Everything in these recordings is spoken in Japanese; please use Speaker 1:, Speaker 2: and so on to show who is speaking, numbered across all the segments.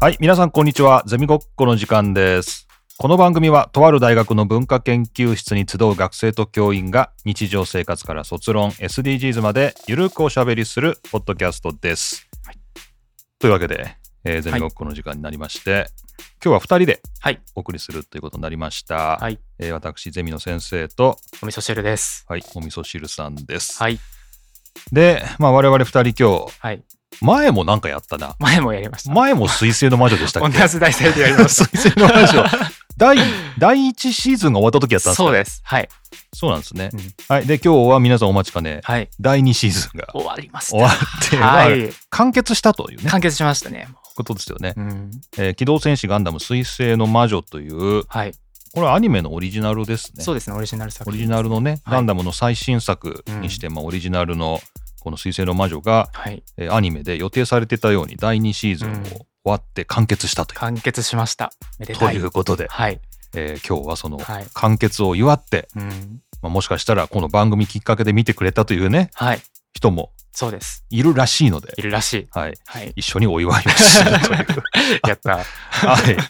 Speaker 1: はい、皆さんこんにちは。ゼミごっこの時間です。この番組はとある大学の文化研究室に集う学生と教員が日常生活から卒論、SDGs までゆるくおしゃべりするポッドキャストです。というわけで、えーゼミごっこの時間になりまして、今日は2人で
Speaker 2: はい
Speaker 1: お送りするということになりました。
Speaker 2: はい
Speaker 1: えー私、ゼミの先生と、
Speaker 2: お味噌汁です。
Speaker 1: はい、お味噌汁さんです。
Speaker 2: はい。
Speaker 1: で、まあ、我々2人今日、
Speaker 2: はい。
Speaker 1: 前もなんかやったな。
Speaker 2: 前もやりました。
Speaker 1: 前も水星の魔女でしたっ
Speaker 2: 同
Speaker 1: け
Speaker 2: じ題材でやりまし
Speaker 1: 水星の魔女。第第1シーズンが終わった時やったんで
Speaker 2: た。
Speaker 1: すか
Speaker 2: そうです。はい。
Speaker 1: そうなんですね、
Speaker 2: うん
Speaker 1: はい。で、今日は皆さんお待ちかね、
Speaker 2: はい。
Speaker 1: 第2シーズンが
Speaker 2: 終わりまし
Speaker 1: 終わ
Speaker 2: た。
Speaker 1: って、
Speaker 2: は
Speaker 1: まあ
Speaker 2: い。
Speaker 1: 完結したというね、
Speaker 2: 完結しましたね。
Speaker 1: ことですよね、
Speaker 2: うん。
Speaker 1: えー機動戦士ガンダム水星の魔女という、
Speaker 2: はい。
Speaker 1: これはアニメのオリジナルですね
Speaker 2: そ。うですね。オリジナル作
Speaker 1: オ
Speaker 2: 品。
Speaker 1: リジナルのね、
Speaker 2: はい
Speaker 1: ガンダムの最新作にして、まあ、オリジナルのこの水星の魔女が、
Speaker 2: はい。
Speaker 1: えーアニメで予定されてたように第2シーズンを
Speaker 2: うん
Speaker 1: 終わって完結したという。
Speaker 2: 完結しました。めで
Speaker 1: と
Speaker 2: たい。
Speaker 1: いうことで、
Speaker 2: はい。
Speaker 1: えー今日はその
Speaker 2: はい。
Speaker 1: 完結を祝って、
Speaker 2: うん。
Speaker 1: まあ、もしかしたらこの番組きっかけで見てくれたというね
Speaker 2: はい。
Speaker 1: 人も
Speaker 2: そうです。
Speaker 1: いるらしいので
Speaker 2: い、るらしい。
Speaker 1: はい、
Speaker 2: はい。
Speaker 1: 一緒にお祝いをすると いう、
Speaker 2: やった。
Speaker 1: はい、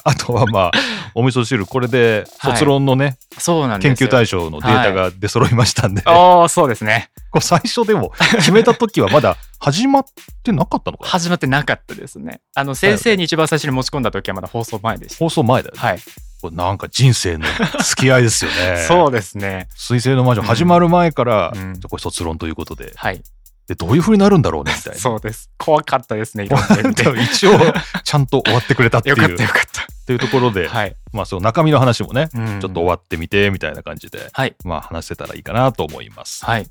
Speaker 1: あとはまあお味噌汁これで卒論のね、
Speaker 2: そうなん
Speaker 1: 研
Speaker 2: です
Speaker 1: 究
Speaker 2: よ。
Speaker 1: 対象のデータが出揃いましたんで、
Speaker 2: おー、そうですね。
Speaker 1: これ最初でも決めた時はまだ始まってなかったのかな
Speaker 2: 始まってなかったですね。あの、先生に一番最初に持ち込んだ時はまだ放送前でした。
Speaker 1: 放送前だよね、
Speaker 2: はい。
Speaker 1: これなんか人生の付き合いですよね
Speaker 2: そうですね。
Speaker 1: 水星の魔女始まる前から、
Speaker 2: うん
Speaker 1: じゃあこれ卒論ということで
Speaker 2: はい。
Speaker 1: でどういうふうになるんだろうねみたいな
Speaker 2: そうです。怖かったですね。いろんな意 味で
Speaker 1: 一応ちゃんと終わってくれたってい
Speaker 2: よ
Speaker 1: う
Speaker 2: かったよかった。
Speaker 1: というところで、
Speaker 2: はい。
Speaker 1: まあその中身の話もね、ち
Speaker 2: ちょ
Speaker 1: ょっと終わってみてみたいな感じで、
Speaker 2: はい。
Speaker 1: まあ話せたらいいかなと思います。い。
Speaker 2: はい。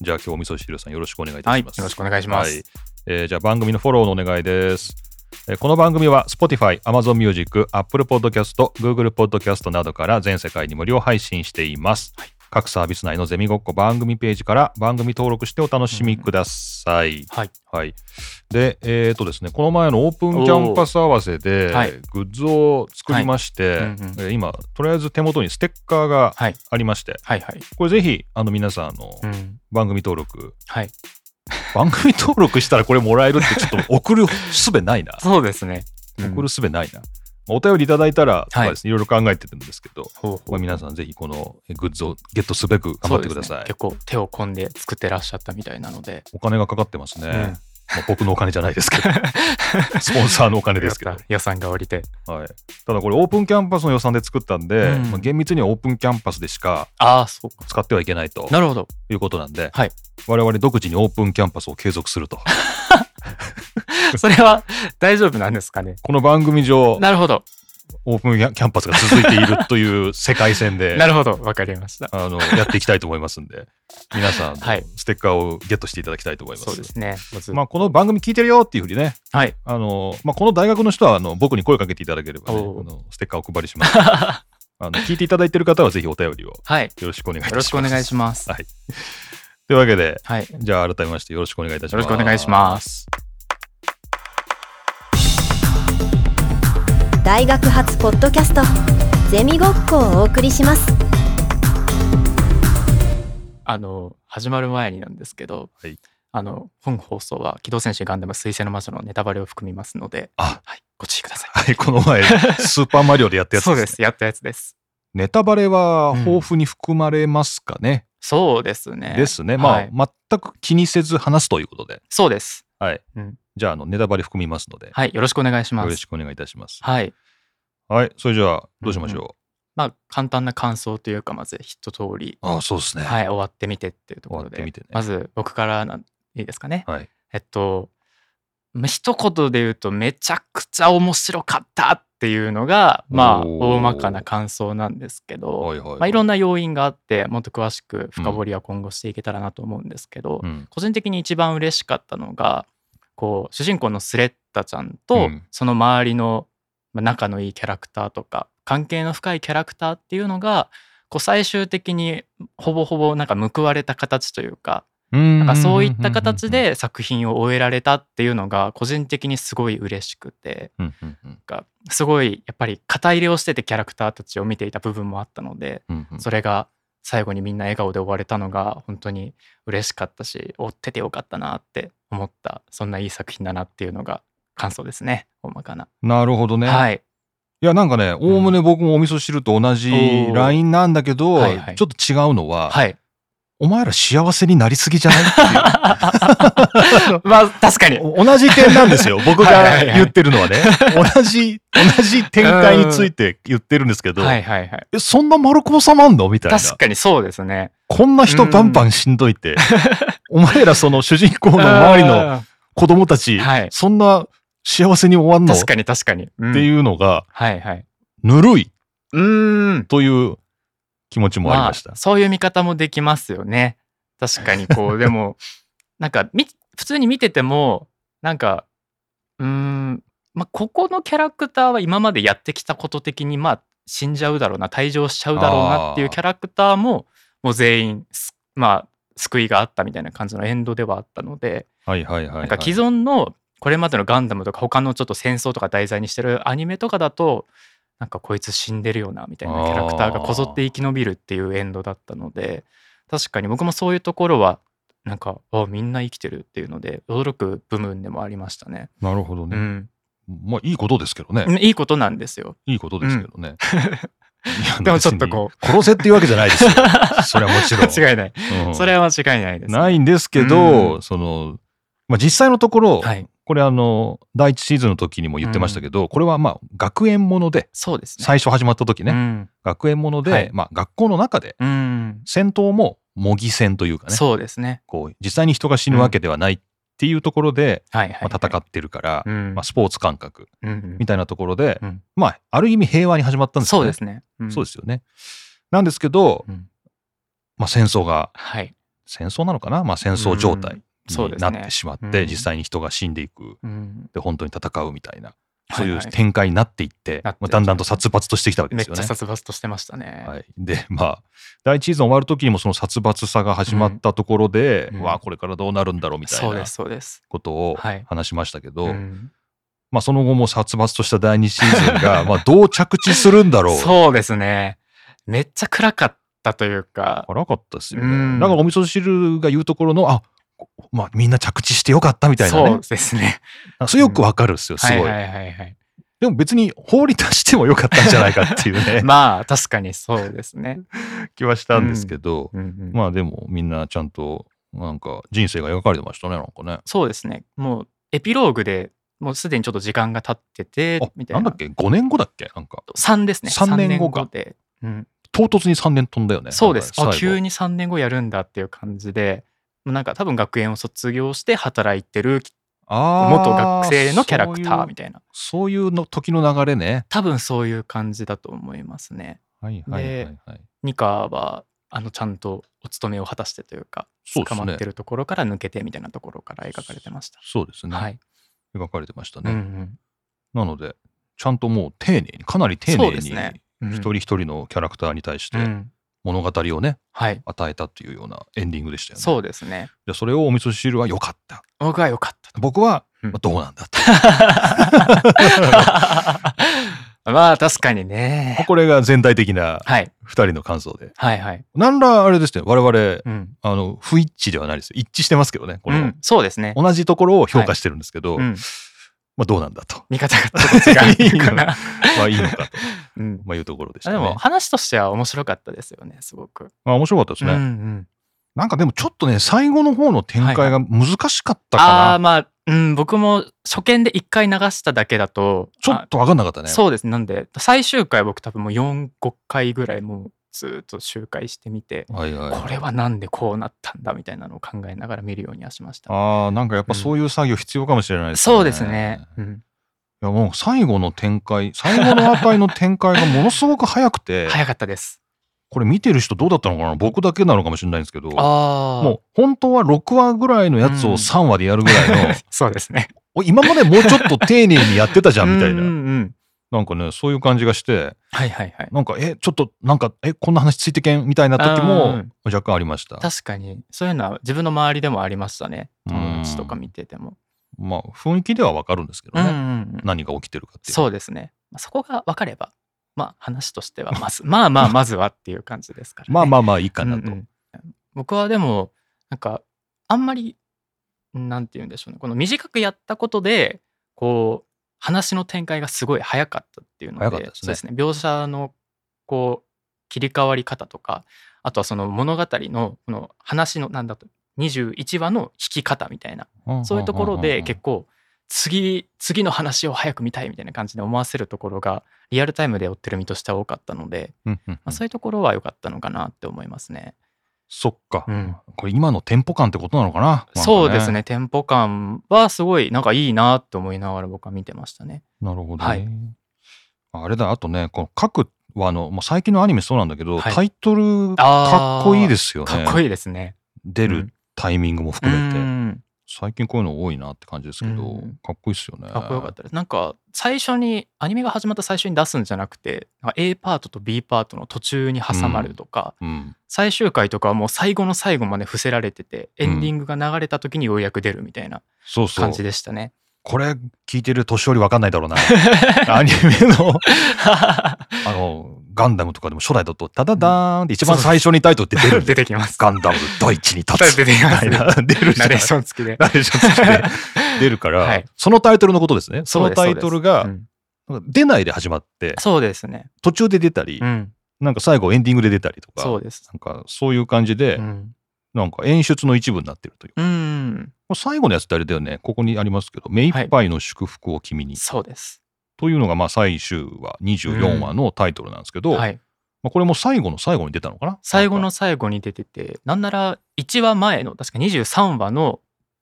Speaker 1: じゃあ今日お味噌汁さんよろしくお願いいた
Speaker 2: はい。
Speaker 1: し
Speaker 2: よ
Speaker 1: ます。
Speaker 2: ろしくお願いしま
Speaker 1: はい
Speaker 2: す。
Speaker 1: えーじゃあ番組のフォローのお願いです。えーこの番組は Spotify、Amazon Music、Apple Podcast、Google Podcast などから全世界に無料配信しています。各サービス内のゼミごっこ番組ページから番組登録してお楽しみください。
Speaker 2: はい。
Speaker 1: はい。で、えっ、とですね、この前のオープンキャンパス合わせで
Speaker 2: ーはい、
Speaker 1: グッズを作りまして、
Speaker 2: いうんうん
Speaker 1: えー今、とりあえず手元にステッカーが
Speaker 2: はい。
Speaker 1: ありまして、
Speaker 2: はい。はい。
Speaker 1: これぜひ、あの、皆さん、あの、
Speaker 2: うん。
Speaker 1: 番組登録、
Speaker 2: はい。
Speaker 1: 番組登録したらこれもらえるって、ちょっと送るすべないな。
Speaker 2: そうですね。うん
Speaker 1: 送るすべないな。お便りいただいたらとかですね、い、ろいろ考えてるんですけど、
Speaker 2: ほう
Speaker 1: これ皆さんぜひこのグッズをゲットすべく頑張ってくださ
Speaker 2: そうですね
Speaker 1: い。
Speaker 2: 結構手を込んで作ってらっしゃったみたいなので。
Speaker 1: お金がかかってますね。
Speaker 2: うん
Speaker 1: まあ僕のお金じゃないです けど、スポンサーのお金ですけど
Speaker 2: よかっ。た予算が降りて。
Speaker 1: はい、ただこれオープンキャンパスの予算で作ったんで、
Speaker 2: うん
Speaker 1: まあ厳密にはオープンキャンパスでしか
Speaker 2: ああ、そうか。
Speaker 1: 使ってはいけないと
Speaker 2: なるほど。
Speaker 1: いうことなんで、
Speaker 2: はい
Speaker 1: 我々独自にオープンキャンパスを継続すると
Speaker 2: それは大丈夫なんですかね。
Speaker 1: この番組上
Speaker 2: なるほど。
Speaker 1: オープンキャンパスが続いているという世界線で
Speaker 2: なるほど。わかりました。
Speaker 1: あのやっていきたいと思いますんで皆さん、
Speaker 2: はい
Speaker 1: ステッカーをゲットしていただきたいと思います。
Speaker 2: そうですね。まず
Speaker 1: まあ、この番組聞いてるよっていうふうにね、
Speaker 2: はい。
Speaker 1: あのまあ、この大学の人はあの僕に声かけていただければ、ね、
Speaker 2: おう
Speaker 1: あのステッカーをお配りし ます。あの聞いていただいてる方はぜひお便りを
Speaker 2: はい。
Speaker 1: よろしくお願いいたします。
Speaker 2: よろしくお願いします。
Speaker 1: というわけで、
Speaker 2: はい。よ
Speaker 1: じゃあ改めましてよろしくお願いいたしま
Speaker 2: ろ
Speaker 1: す。。
Speaker 2: しくお願いしますす。
Speaker 3: 大学発ポッドキャストゼミごっこをお送りします
Speaker 2: あの始まる前になんですけど、
Speaker 1: はい
Speaker 2: あの本放送は「機動戦士ガンダム水星の魔女」のネタバレを含みますので、
Speaker 1: あ
Speaker 2: はい、ご注意ください。
Speaker 1: はい、この前、スーパーマリオでやったやつ
Speaker 2: そうですやったやつです。
Speaker 1: ネタバレは
Speaker 2: うん
Speaker 1: 豊富に含まれますかね。
Speaker 2: そうですね。
Speaker 1: ですね。
Speaker 2: は
Speaker 1: まあ、
Speaker 2: い
Speaker 1: 全く気にせず話すということで。
Speaker 2: そうです。
Speaker 1: はい。
Speaker 2: うん
Speaker 1: じゃあ、あの、ネタバレ含みますので、
Speaker 2: はい、よろしくお願いしま
Speaker 1: よろ
Speaker 2: す。
Speaker 1: しくお願いいたします。
Speaker 2: はい、
Speaker 1: はい、それじゃあ、どうしましょ
Speaker 2: まあ簡単な感想というかまず一通り、
Speaker 1: う。ああ、そうですね。
Speaker 2: はい、終わってみてっていうところ
Speaker 1: 終わって
Speaker 2: で、
Speaker 1: みてね
Speaker 2: まず僕からなんいいですかね。
Speaker 1: はい。
Speaker 2: えっとまあ一言で言うとめちゃくちゃ面白かったっていうのがまあ
Speaker 1: おー
Speaker 2: 大まかな感想なんですけど、
Speaker 1: はいはい。
Speaker 2: まあ、いろ
Speaker 1: ん
Speaker 2: んな要因があってもっと詳しく深掘りは今後していけたらなと思うんですけど、
Speaker 1: うん。
Speaker 2: 個人的に一番嬉しかったのがこう主人公のスレッタちゃん
Speaker 1: う
Speaker 2: と
Speaker 1: ん
Speaker 2: その周りのまあ仲のいいキャラクターとか関係の深いキャラクターっていうのがこう最終的にほぼほぼなんか報われた形というか
Speaker 1: な
Speaker 2: なんかそういった形、で作品を終えられたっていうのが個人的にすごい嬉しくて
Speaker 1: うんうんうん
Speaker 2: なんかすごいやっぱり肩入れをしててキャラクターたちを見ていた部分もあったので
Speaker 1: うんうん
Speaker 2: それが最後にみんな笑顔で終われたのが本当に嬉しかったし追っててよかったなって思ったそんないい作品だなっていうのが感想ですね大まかな、
Speaker 1: なるほどね。い、
Speaker 2: はい
Speaker 1: やなんかねおおむね僕もお味噌汁と同じ
Speaker 2: おー
Speaker 1: ラインなんだけど、
Speaker 2: はいはい
Speaker 1: ちょっと違うのは、
Speaker 2: はい
Speaker 1: お前ら幸せになりすぎじゃないっていう
Speaker 2: まあ確かに
Speaker 1: お同じ点なんですよ僕
Speaker 2: はいは
Speaker 1: が
Speaker 2: いはい
Speaker 1: 言ってるのはね同じ同じ展開について言ってるんですけど、
Speaker 2: はいはいはい
Speaker 1: えそんな丸く収まんのみたいな
Speaker 2: 確かにそうですね
Speaker 1: こんな人バンバンしんどいって、 お前らその主人公の周りの
Speaker 2: あ
Speaker 1: 子供たち、
Speaker 2: はい
Speaker 1: そんな幸せに終わん
Speaker 2: ー
Speaker 1: のっ
Speaker 2: 確かに確かに、うん
Speaker 1: ていうのが
Speaker 2: はいはい
Speaker 1: ぬるいう
Speaker 2: ーん
Speaker 1: という気持ちもありました
Speaker 2: あ、。そういう見方もできますよね確かにこう でもなんかみ普通に見ててもなんかうーん、まあ、ここのキャラクターは今までやってきたこと的にまあ死んじゃうだろうな退場しちゃうだろうなってい
Speaker 1: あー
Speaker 2: うキャラクターももう全員すまあ救いがあったみたいな感じのエンドではあったので
Speaker 1: はいはいはい、は。
Speaker 2: ないんか既存のこれまでのガンダムとか他のちょっと戦争とか題材にしてるアニメとかだとなんかこいつ死んでるよなみたいなキャラクターがこぞって生き延びるっていうエンドだったので確かに僕もそういうところはなんかあみんな生きてるっていうので驚く部分でもありましたね。
Speaker 1: なるほど
Speaker 2: う
Speaker 1: ね。
Speaker 2: ん、
Speaker 1: まあいいことですけどね。
Speaker 2: いいことなんですよ。
Speaker 1: いいことですけどね。いや
Speaker 2: でもちょっとこ
Speaker 1: 別に殺せっていうわけじゃない ですよ。それはもちろん。
Speaker 2: 間違いない。
Speaker 1: うん
Speaker 2: それは間違いないです。
Speaker 1: ないいんですけど、
Speaker 2: う
Speaker 1: その、まあ、実際のところ、
Speaker 2: はい。
Speaker 1: これあの第一シーズンの時にも言ってましたけど、これはまあ学園もので
Speaker 2: そうですね。
Speaker 1: 最初始まった時ね、
Speaker 2: うん。
Speaker 1: 学園もので、
Speaker 2: はい
Speaker 1: まあ、学校の中で
Speaker 2: うん。
Speaker 1: 戦闘も模擬戦というかね
Speaker 2: そうですね。
Speaker 1: こう実際に人が死ぬわけではないっていうところで、
Speaker 2: はいはい、はい。
Speaker 1: まあ、戦ってるから、
Speaker 2: うん。
Speaker 1: まあ、スポーツ感覚
Speaker 2: うんうん
Speaker 1: みたいなところで、
Speaker 2: うん
Speaker 1: まあある意味平和に始まったんです
Speaker 2: そ
Speaker 1: よ
Speaker 2: う
Speaker 1: ね。
Speaker 2: ですね。うん
Speaker 1: そうですよねなんですけど、
Speaker 2: うん
Speaker 1: まあ、戦争が
Speaker 2: はい。
Speaker 1: 戦争なのかな、まあ、戦争状態
Speaker 2: そう
Speaker 1: に
Speaker 2: です
Speaker 1: な
Speaker 2: ね
Speaker 1: ってしまって、
Speaker 2: うん
Speaker 1: 実際に人が死んでいく
Speaker 2: うん、
Speaker 1: で本当に戦うみたいなそうい
Speaker 2: は
Speaker 1: う
Speaker 2: は
Speaker 1: 展開になっていって、
Speaker 2: なって
Speaker 1: まあ、だんだんと殺伐としてきたわけ
Speaker 2: め
Speaker 1: です
Speaker 2: っち
Speaker 1: よ
Speaker 2: ゃ
Speaker 1: ね。
Speaker 2: 殺伐としてましたね。
Speaker 1: はい、でまあ第一シーズン終わる時にもその殺伐さが始まったところで、
Speaker 2: うん
Speaker 1: うわあこれからどうなるんだろうみたい
Speaker 2: そう
Speaker 1: な
Speaker 2: ですそうです。
Speaker 1: ことを
Speaker 2: はい
Speaker 1: 話しましたけど、
Speaker 2: うん
Speaker 1: まあ、その後も殺伐とした第二シーズン がまあどう着地するんだろう
Speaker 2: そうですね。めっちゃ暗かったというか、
Speaker 1: 荒かったですよね。
Speaker 2: うん
Speaker 1: だからお味噌汁が言うところのあまあ、みんな着地してよかったみたいなね
Speaker 2: そうですね。
Speaker 1: あそれよくわかるっすよす
Speaker 2: は
Speaker 1: ごい,、
Speaker 2: いはいはいはい。
Speaker 1: でも別に放り出してもよかったんじゃないかっていうね
Speaker 2: まあ確かにそうですね。
Speaker 1: 気はしたんですけど、
Speaker 2: うんうん
Speaker 1: まあでもみんなちゃんとなんか人生が描かれてましたねなんかね。
Speaker 2: そうですね。もうエピローグでもうすでにちょっと時間が経ってて
Speaker 1: あ
Speaker 2: みた
Speaker 1: ないんだ
Speaker 2: な
Speaker 1: っ。け5年後だっけなんか
Speaker 2: 三ですね。
Speaker 1: 三年後か
Speaker 2: 三で。うん、
Speaker 1: 唐突に3年飛んだよね。
Speaker 2: そうです。
Speaker 1: なん
Speaker 2: あ
Speaker 1: か最後
Speaker 2: 急に3年後やるんだっていう感じで、もうなんか多分学園を卒業して働いてる
Speaker 1: あー
Speaker 2: 元学生のキャラクターみたいな
Speaker 1: そういうそういうの時の流れね。
Speaker 2: 多分そういう感じだと思いますね。
Speaker 1: はいはいはいはい。
Speaker 2: ニカはあのちゃんとお勤めを果たしてというか
Speaker 1: そうです
Speaker 2: 捕
Speaker 1: ね
Speaker 2: まってるところから抜けてみたいなところから描かれてました。
Speaker 1: そうですね。
Speaker 2: はい、
Speaker 1: 描かれてました
Speaker 2: う
Speaker 1: ね。
Speaker 2: ん
Speaker 1: なのでちゃんともう丁寧にかなり丁
Speaker 2: そ
Speaker 1: 寧
Speaker 2: うです
Speaker 1: に、
Speaker 2: ねうん
Speaker 1: 一人一人のキャラクターに対し
Speaker 2: う
Speaker 1: て
Speaker 2: ん、
Speaker 1: 物語をね
Speaker 2: はい
Speaker 1: 与えたっていうようなエンディングでしたよね。
Speaker 2: そうですね。
Speaker 1: じゃあそれをお味噌汁は良かった。
Speaker 2: 僕は良かったと。
Speaker 1: 僕は
Speaker 2: うん
Speaker 1: まあどうなんだと。
Speaker 2: まあ確かにね。
Speaker 1: これが全体的な
Speaker 2: はい
Speaker 1: 2人の感想で。
Speaker 2: はいはい。
Speaker 1: なんらあれですね我々
Speaker 2: うん
Speaker 1: あの不一致ではないですよ一致してますけどねこ
Speaker 2: う
Speaker 1: の、
Speaker 2: ん、そうですね。
Speaker 1: 同じところを評価してるんですけど、
Speaker 2: うん、
Speaker 1: まあどうなんだと
Speaker 2: 見方がちょっと違うかな。
Speaker 1: まあいいの かと、
Speaker 2: うん、
Speaker 1: まあ、いうところでした
Speaker 2: あ
Speaker 1: ね
Speaker 2: でも話としては面白かったですよねすごく。
Speaker 1: まあ面白かったですね、
Speaker 2: うんうん、
Speaker 1: なんかでもちょっとね最後の方の展開が難しかったかな、
Speaker 2: ああーまあ、うん、僕も初見で1回流しただけだと
Speaker 1: ちょっと分かんなかった
Speaker 2: あ
Speaker 1: ね
Speaker 2: そうですねなんで最終回僕多分もう45回ぐらいもうずっと周回してみて、
Speaker 1: はいはい
Speaker 2: これはなんでこうなったんだみたいなのを考えながら見るようにはしました。
Speaker 1: あーなんかやっぱそういう作業必要かもしれないですね、
Speaker 2: そうですね、うん、
Speaker 1: いやもう最後の展開最後の値の展開がものすごく早くて
Speaker 2: 早かったです。
Speaker 1: これ見てる人どうだったのかな僕だけなのかもしれないんですけど
Speaker 2: ああ
Speaker 1: もう本当は6話ぐらいのやつを3話でやるぐらいの、
Speaker 2: そうですね。
Speaker 1: お今までもうちょっと丁寧にやってたじゃんみたい
Speaker 2: うんう
Speaker 1: な。
Speaker 2: んうん
Speaker 1: なんかね、そういう感じがして、
Speaker 2: はいはいはい。
Speaker 1: なんか、え、ちょっと、なんか、え、こんな話ついてけんみたいな時
Speaker 2: う
Speaker 1: も
Speaker 2: ん
Speaker 1: 若干ありました。
Speaker 2: 確かにそういうのは自分の周りでもありましたね
Speaker 1: うん
Speaker 2: 友達とか見てても、
Speaker 1: まあ、雰囲気ではわかるんですけど
Speaker 2: うん
Speaker 1: ね、
Speaker 2: うんうん
Speaker 1: 何が起きてるかっていう。
Speaker 2: そうですねまあそこが分かればまあ話としてはまずまあまあまずはっていう感じですから、ね、
Speaker 1: まあま
Speaker 2: あ
Speaker 1: あまあいいかなと。
Speaker 2: 僕はでもなんかあんまりなんて言うんでしょうねこの短くやったことでこう話の展開がすごい早かったっていうので
Speaker 1: 早かったですね
Speaker 2: そうですね描写のこう切り替わり方とかあとはその物語のこの話のなんだと21話の引き方みたいなそういうところで結構次次の話を早く見たいみたいな感じで思わせるところがリアルタイムで追ってる身としては多かったので、
Speaker 1: うんうんうん
Speaker 2: まあ、そういうところは良かったのかなって思いますね。
Speaker 1: そっか、
Speaker 2: うん
Speaker 1: これ今のテンポ感ってことなのかななんか
Speaker 2: そうですねテンポ感はすごいなんかいいなって思いながら僕は見てましたね。
Speaker 1: なるほど、ね
Speaker 2: はい
Speaker 1: あれだあとねこの各話のもう最近のアニメそうなんだけど、
Speaker 2: はい
Speaker 1: タイトルか
Speaker 2: あー
Speaker 1: っこいいですよね
Speaker 2: かっこいいですね。
Speaker 1: 出るタイミングも含めて、
Speaker 2: うん
Speaker 1: 最近こういうの多いなって感じですけど、
Speaker 2: うん
Speaker 1: かっこいいですよね
Speaker 2: かっこよかったです。なんか最初にアニメが始まった最初に出すんじゃなくてなんか A パートと B パートの途中に挟まるとか、
Speaker 1: うん、
Speaker 2: 最終回とかはもう最後の最後まで伏せられてて
Speaker 1: う
Speaker 2: エ
Speaker 1: ん
Speaker 2: ンディングが流れた時にようやく出るみたいな
Speaker 1: そうそう
Speaker 2: 感じでしたね。
Speaker 1: これ聞いてる年寄りわかんないだ ろうなアニメのあのガンダムとかでも初代だとダダダーンって一番最初にタイトルって出るんで
Speaker 2: 出てきます。
Speaker 1: ガンダム第一に立つ
Speaker 2: 出てきます
Speaker 1: みたいな出るじゃ
Speaker 2: ナ
Speaker 1: ん
Speaker 2: レーション付きで。
Speaker 1: ナレーション付きで出るから、
Speaker 2: はい
Speaker 1: そのタイトルのことですね。そ
Speaker 2: そう
Speaker 1: の
Speaker 2: です
Speaker 1: タイトルが
Speaker 2: そうですうん
Speaker 1: なんか出ないで始まって、
Speaker 2: そうですね。
Speaker 1: 途中で出たり、
Speaker 2: うん。
Speaker 1: なんか最後エンディングで出たりとか、
Speaker 2: そうです。
Speaker 1: なんかそういう感じで、
Speaker 2: うん。
Speaker 1: なんか演出の一部になってるという。
Speaker 2: うん。
Speaker 1: もう最後のやつってあれだよね、ここにありますけど、目いっぱいの祝福を君に、
Speaker 2: そうです。
Speaker 1: というのがまあ最終話、24話のタイトルなんですけど、
Speaker 2: はい。
Speaker 1: まあ、これも最後の最後に出たのかな
Speaker 2: 最後
Speaker 1: な
Speaker 2: の
Speaker 1: んか
Speaker 2: 最後に出ててなんなら1話前の確か23話の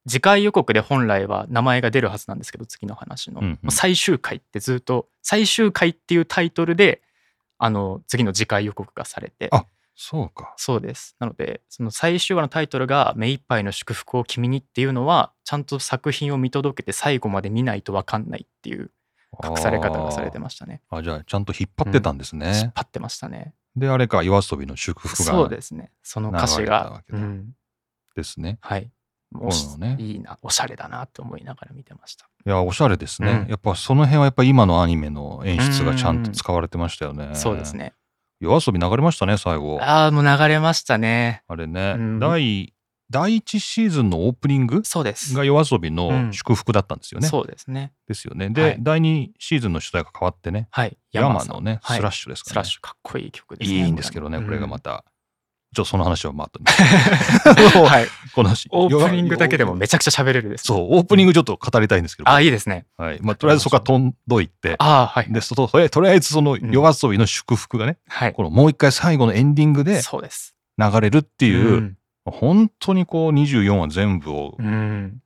Speaker 2: 次回予告で本来は名前が出るはずなんですけど次の話の、
Speaker 1: うんうん
Speaker 2: もう最終回ってずっと「最終回」っていうタイトルであの次の次回予告がされて
Speaker 1: あそうか。
Speaker 2: そうですなのでその最終話のタイトルが「目いっぱいの祝福を君に」っていうのはちゃんと作品を見届けて最後まで見ないと分かんないっていう隠され方がされてましたね
Speaker 1: あーあじゃあちゃんと引っ張ってたんです
Speaker 2: 引っ
Speaker 1: ね。
Speaker 2: 張ってましたね
Speaker 1: であれか夜遊びの祝福
Speaker 2: そう
Speaker 1: が
Speaker 2: ですねその歌詞
Speaker 1: 流れたわ
Speaker 2: が、
Speaker 1: けだ
Speaker 2: うん、
Speaker 1: ですね。
Speaker 2: はい。も
Speaker 1: そうなのね
Speaker 2: いいな、おしゃれだなって思いながら見てました。
Speaker 1: いやおしゃれですね、
Speaker 2: うん
Speaker 1: やっぱその辺はやっぱ今のアニメの演出がちゃんと使われてましたよね、
Speaker 2: そうですね。
Speaker 1: 夜遊び流れましたね最後あ
Speaker 2: ああ、もう流れましたね。
Speaker 1: れね、
Speaker 2: うん
Speaker 1: 第第1シーズンのオープニング
Speaker 2: そうです。
Speaker 1: が夜遊び
Speaker 2: う
Speaker 1: の
Speaker 2: ん
Speaker 1: 祝福だったんですよね、
Speaker 2: そうですね。
Speaker 1: ですよねで、
Speaker 2: はい
Speaker 1: 第2シーズンの主題が変わってね
Speaker 2: はい。
Speaker 1: 山
Speaker 2: さん
Speaker 1: のね、
Speaker 2: はい
Speaker 1: スラッシュです
Speaker 2: ス
Speaker 1: か
Speaker 2: ラ
Speaker 1: ら、
Speaker 2: ッ
Speaker 1: ね
Speaker 2: シュかっこいい曲ですね。
Speaker 1: いいんですけどね、これがまた
Speaker 2: た。
Speaker 1: ちょっとその話はまた
Speaker 2: うん はい。
Speaker 1: この話
Speaker 2: オープニングだけでもめ
Speaker 1: ち
Speaker 2: ちゃくちゃ喋れるです。。
Speaker 1: そううオープニングちょっと語りたいんですけど、
Speaker 2: ああ、いいですね。
Speaker 1: はいまあ、とりあえずそこは飛んどいて
Speaker 2: ああ、はい。
Speaker 1: でそととりあえずとりあえずその夜遊びの祝福がね、
Speaker 2: はい。
Speaker 1: このもう一回最後のエンディングで
Speaker 2: そうです。
Speaker 1: 流れるっていう、
Speaker 2: うん
Speaker 1: 本当にこう24話全部を
Speaker 2: うん。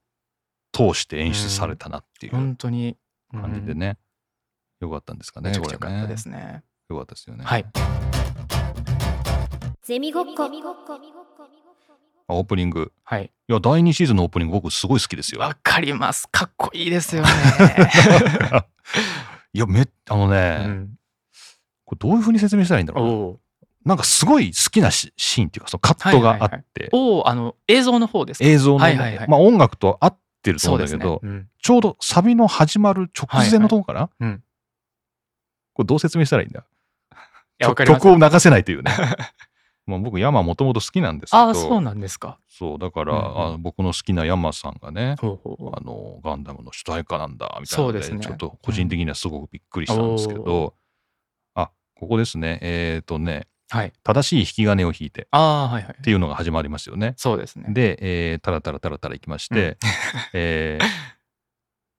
Speaker 1: 通して演出されたなっていう
Speaker 2: 本当に。うん
Speaker 1: 感じで。ね、よかったんですかね
Speaker 2: めちゃくちゃ良
Speaker 1: こ
Speaker 2: か
Speaker 1: れ
Speaker 2: った
Speaker 1: ね
Speaker 2: ですね。
Speaker 1: よかったですよね、
Speaker 2: はい。
Speaker 3: ゼミごっこ
Speaker 1: オープニング
Speaker 2: はい。
Speaker 1: いや第2シーズンのオープニング僕すごい好きですよ
Speaker 2: わかります。かっこいいですよね。
Speaker 1: いやめあの ね、
Speaker 2: うん
Speaker 1: これどういうふうに説明したらいいんだ
Speaker 2: お
Speaker 1: ろうな
Speaker 2: う
Speaker 1: なんかすごい好きなシシーンっていうかそのカットがあって、
Speaker 2: はいはいおうあの映像の方ですか
Speaker 1: 映像のね、
Speaker 2: はいはいはい
Speaker 1: まあ、音楽と合ってると
Speaker 2: そ
Speaker 1: 思う
Speaker 2: うんで
Speaker 1: だ
Speaker 2: す
Speaker 1: け
Speaker 2: ね
Speaker 1: ど、
Speaker 2: うん
Speaker 1: ちょうどサビの始まる直前のとこかな、
Speaker 2: はいうん
Speaker 1: これどう説明したらいいんだ
Speaker 2: いやわかります
Speaker 1: 曲を流せないという ねもう僕山もともと好きなんですけど
Speaker 2: ああそうなんですか
Speaker 1: そうだから、
Speaker 2: うんうん
Speaker 1: あ僕の好きな山さんがね
Speaker 2: ほうほうほう
Speaker 1: あのガンダムの主題歌なんだみたいなので
Speaker 2: そうですね
Speaker 1: ちょっと個人的にはすごくびっくりしたんですけ
Speaker 2: うん
Speaker 1: ど、あここですねえっ、とね
Speaker 2: はい
Speaker 1: 正しい引き金を引いてっ
Speaker 2: ああはいはい
Speaker 1: ていうのが始まりますよね。
Speaker 2: そうですね
Speaker 1: で、えー、タラタラタラタラいきまして、 えー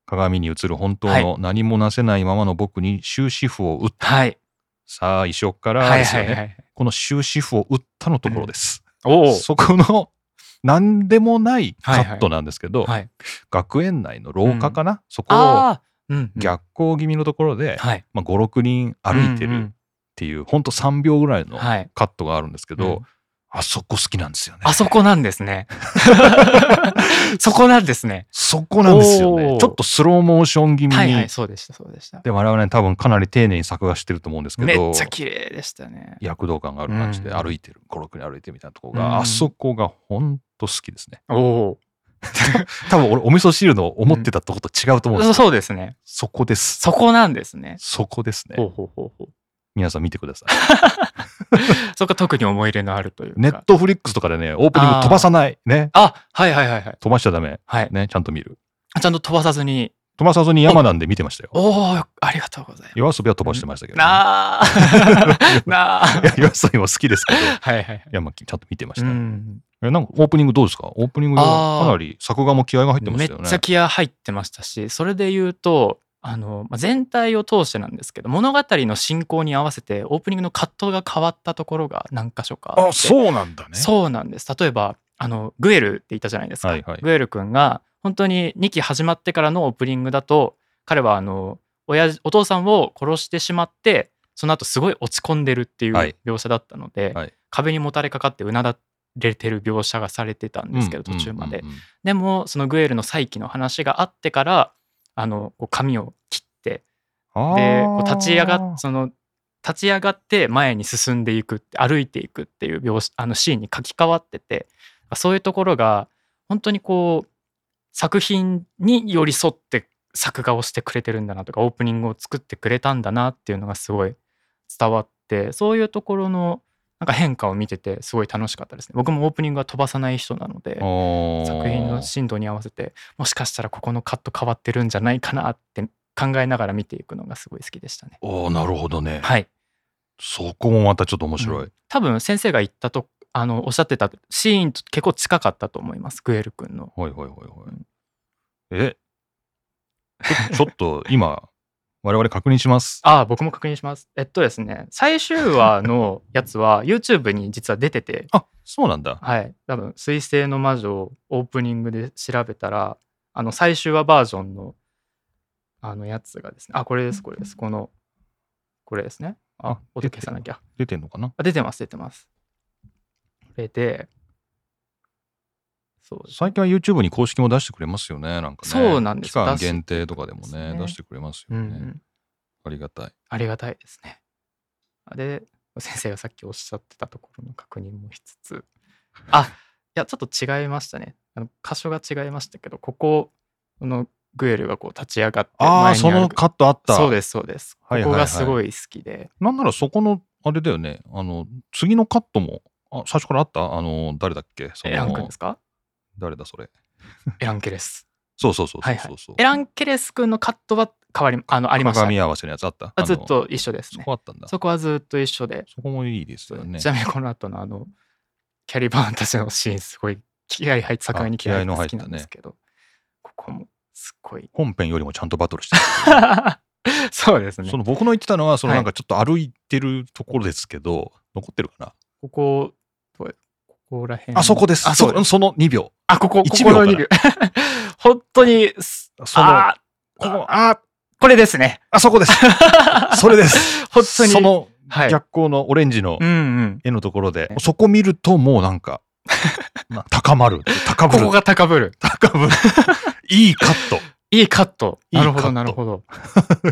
Speaker 1: 鏡に映る本当の何もなせないままの僕に終止符を打った、
Speaker 2: はい
Speaker 1: 最初から
Speaker 2: はい
Speaker 1: です
Speaker 2: は
Speaker 1: よ
Speaker 2: い
Speaker 1: ね、
Speaker 2: はい
Speaker 1: この終止符を打ったのところです、
Speaker 2: お
Speaker 1: そこの何でもないカ
Speaker 2: はいはい
Speaker 1: ットなんですけど、
Speaker 2: おはい
Speaker 1: 学園内の廊下かな、そこを
Speaker 2: ああうんうん
Speaker 1: 逆光気味のところで、
Speaker 2: はい
Speaker 1: まあ、56人歩いて
Speaker 2: うんう
Speaker 1: るっ
Speaker 2: ん
Speaker 1: ていう、ほんと3秒ぐらいのカ
Speaker 2: はい
Speaker 1: ットがあるんですけど、
Speaker 2: うん
Speaker 1: あそこ好きなんですよね。
Speaker 2: あそこなんで すねそこなんですね
Speaker 1: そこなんですよ
Speaker 2: お
Speaker 1: ね。
Speaker 2: ー
Speaker 1: ちょっとスローモーション気味に、
Speaker 2: はいはいそうでしたそうでした
Speaker 1: で我々ね多分かなり丁寧に作画してると思うんですけ
Speaker 2: め
Speaker 1: ど
Speaker 2: っちゃ綺麗でしたね
Speaker 1: 躍動感がある感じで
Speaker 2: うん
Speaker 1: 歩いてる、五六56人歩いてるみたいなとこ
Speaker 2: うん
Speaker 1: が、あそこがほんと好きですね。
Speaker 2: おお
Speaker 1: 多分俺お味噌汁の思ってたとこと違うと思うんです
Speaker 2: そ
Speaker 1: よ、
Speaker 2: そうですね
Speaker 1: そこです。
Speaker 2: そこなんですね
Speaker 1: そこです
Speaker 2: ほう
Speaker 1: ね。
Speaker 2: ほうほうほう
Speaker 1: 皆さん見てください。
Speaker 2: そこ特に思い入れのあるというか
Speaker 1: ネットフリックスとかでね、オープニング飛ばさない。ね。
Speaker 2: あはいはいはいはい
Speaker 1: 飛ばしちゃダメ。
Speaker 2: はい
Speaker 1: ね。ちゃんと見る。
Speaker 2: ちゃんと飛ばさずに
Speaker 1: 飛ばさずに山なんで見てましたよ。
Speaker 2: おおありがとうございま
Speaker 1: 夜遊びは飛ばしてましたけ
Speaker 2: す。
Speaker 1: どね、
Speaker 2: なあなあ
Speaker 1: いや夜遊びも好きですけど、い
Speaker 2: はいはい
Speaker 1: や、まあ、ちゃんと見てまし
Speaker 2: う
Speaker 1: たね、
Speaker 2: ん、
Speaker 1: えなんかオープニングどうですかオープニング
Speaker 2: あー
Speaker 1: かなり作画も気合が入ってまし
Speaker 2: めった
Speaker 1: よね。
Speaker 2: ちゃ気合入ってましたしそれで言うとあの、まあ、全体を通してなんですけど物語の進行に合わせてオープニングのカットが変わったところが何箇所かあって
Speaker 4: あそうなんだね
Speaker 2: そうなんです例えばあのグエルって言ったじゃないですか、
Speaker 1: はいはい
Speaker 2: グエル君が本当に2期始まってからのオープニングだと彼はあの親父お父さんを殺してしまってその後すごい落ち込んでるってい
Speaker 1: はいう
Speaker 2: 描写だったので、
Speaker 1: はい
Speaker 2: 壁にもたれかかってうなだれてる描写がされてたんですけど
Speaker 1: うん
Speaker 2: 途中まで
Speaker 1: うんうんうん
Speaker 2: でもそのグエルの再起の話があってからあのこう髪を切って
Speaker 1: あ
Speaker 2: で
Speaker 1: ー
Speaker 2: こう立ち上がっその立ち上がって前に進んでいくって歩いていくっていう描写あのシーンに書き換わっててそういうところが本当にこう作品に寄り添って作画をしてくれてるんだなとかオープニングを作ってくれたんだなっていうのがすごい伝わってそういうところのなんか変化を見ててすごい楽しかったですね僕もオープニングは飛ばさない人なので
Speaker 1: おー
Speaker 2: 作品の進度に合わせてもしかしたらここのカット変わってるんじゃないかなって考えながら見ていくのがすごい好きでしたね。
Speaker 1: おーなるほどね、
Speaker 2: はい、
Speaker 1: そこもまたちょっと面白い。
Speaker 2: うん多分先生が言ったとあのおっしゃってたシーンと結構近かったと思いますグエル君の。
Speaker 1: はいはいはいはい。えちょちょっと 今、我々確認します。
Speaker 2: ああ僕も確認します。えっとですね最終話のやつは YouTube に実は出てて、
Speaker 1: あそうなんだ。
Speaker 2: はい、多分「水星の魔女」をオープニングで調べたらあの最終話バージョンのあのやつがですねあこれですこれですこのこれですね。あ
Speaker 1: あ
Speaker 2: 音消さなきゃ。
Speaker 1: 出てんのかな
Speaker 2: あ出てます出てます。これで、そうです
Speaker 1: 最近は YouTube に公式も出してくれますよね。なんかね。
Speaker 2: そうなんです
Speaker 1: 期間限定とかでも
Speaker 2: 出してくれ
Speaker 1: ね、
Speaker 2: ま
Speaker 1: 出して
Speaker 2: すね
Speaker 1: くれます
Speaker 2: う
Speaker 1: よ
Speaker 2: んう
Speaker 1: ね。
Speaker 2: ん、
Speaker 1: ありがたい。
Speaker 2: ありがたいですね。で先生がさっきおっしゃってたところの確認もしつつあいやちょっと違いましたねあの箇所が違いましたけどこここのグエルがこう立ち上がって
Speaker 1: ああ、
Speaker 2: 前に
Speaker 1: そ
Speaker 2: 歩
Speaker 1: の
Speaker 2: く
Speaker 1: カットあった。
Speaker 2: そうですそうです、
Speaker 1: はいはい
Speaker 2: こ
Speaker 1: は
Speaker 2: こ
Speaker 1: い
Speaker 2: がすごい好きで
Speaker 1: なんならそこの、あれだよね、あの、次のカットも、あ最初からあったあの、誰だっけそ
Speaker 2: エラン君
Speaker 1: の
Speaker 2: ですか
Speaker 1: 誰だそれ。
Speaker 2: エランケレス
Speaker 1: そうそうそうそ
Speaker 2: は
Speaker 1: う
Speaker 2: いはい
Speaker 1: そうそう。
Speaker 2: エランケレス君のカットは変わりあのありました
Speaker 1: 鏡合わせのやつあった。
Speaker 2: あ
Speaker 1: の
Speaker 2: ずっと一緒です
Speaker 1: そ
Speaker 2: ね
Speaker 1: こあったんだ。そ
Speaker 2: そこはずっと一緒で
Speaker 1: こもいいですよね
Speaker 2: ち。なみにこの後のあのキャリバーンたちのシーンすごい気合い入って盛んに気合いが好きなんですけど、ここもすっごい
Speaker 1: 本編よりもちゃんとバトルしてる。
Speaker 2: そうですね
Speaker 1: その僕の言ってたのは、その
Speaker 2: はい
Speaker 1: なんかちょっと歩いてるところですけど、残ってるかな。
Speaker 2: ここどうここら辺
Speaker 1: あそこです。
Speaker 2: あ
Speaker 1: そ
Speaker 2: そうです
Speaker 1: その2秒。
Speaker 2: あこここ
Speaker 1: 1
Speaker 2: この
Speaker 1: 秒
Speaker 2: 2秒 本当にす
Speaker 1: その
Speaker 2: あ
Speaker 1: このあ、
Speaker 2: これですね
Speaker 1: あそこ です。それです。
Speaker 2: 本当に
Speaker 1: その
Speaker 2: はい
Speaker 1: 逆光のオレンジの
Speaker 2: うんうん
Speaker 1: 絵のところで、そこ見るともうなん か、な高まる。高ぶ
Speaker 2: こ
Speaker 1: る。
Speaker 2: こが高ぶる
Speaker 1: 高ぶる。いいカット。
Speaker 2: いいカット。
Speaker 1: いい
Speaker 2: なる
Speaker 1: カ
Speaker 2: ほ
Speaker 1: ット
Speaker 2: ど、なるほ ど。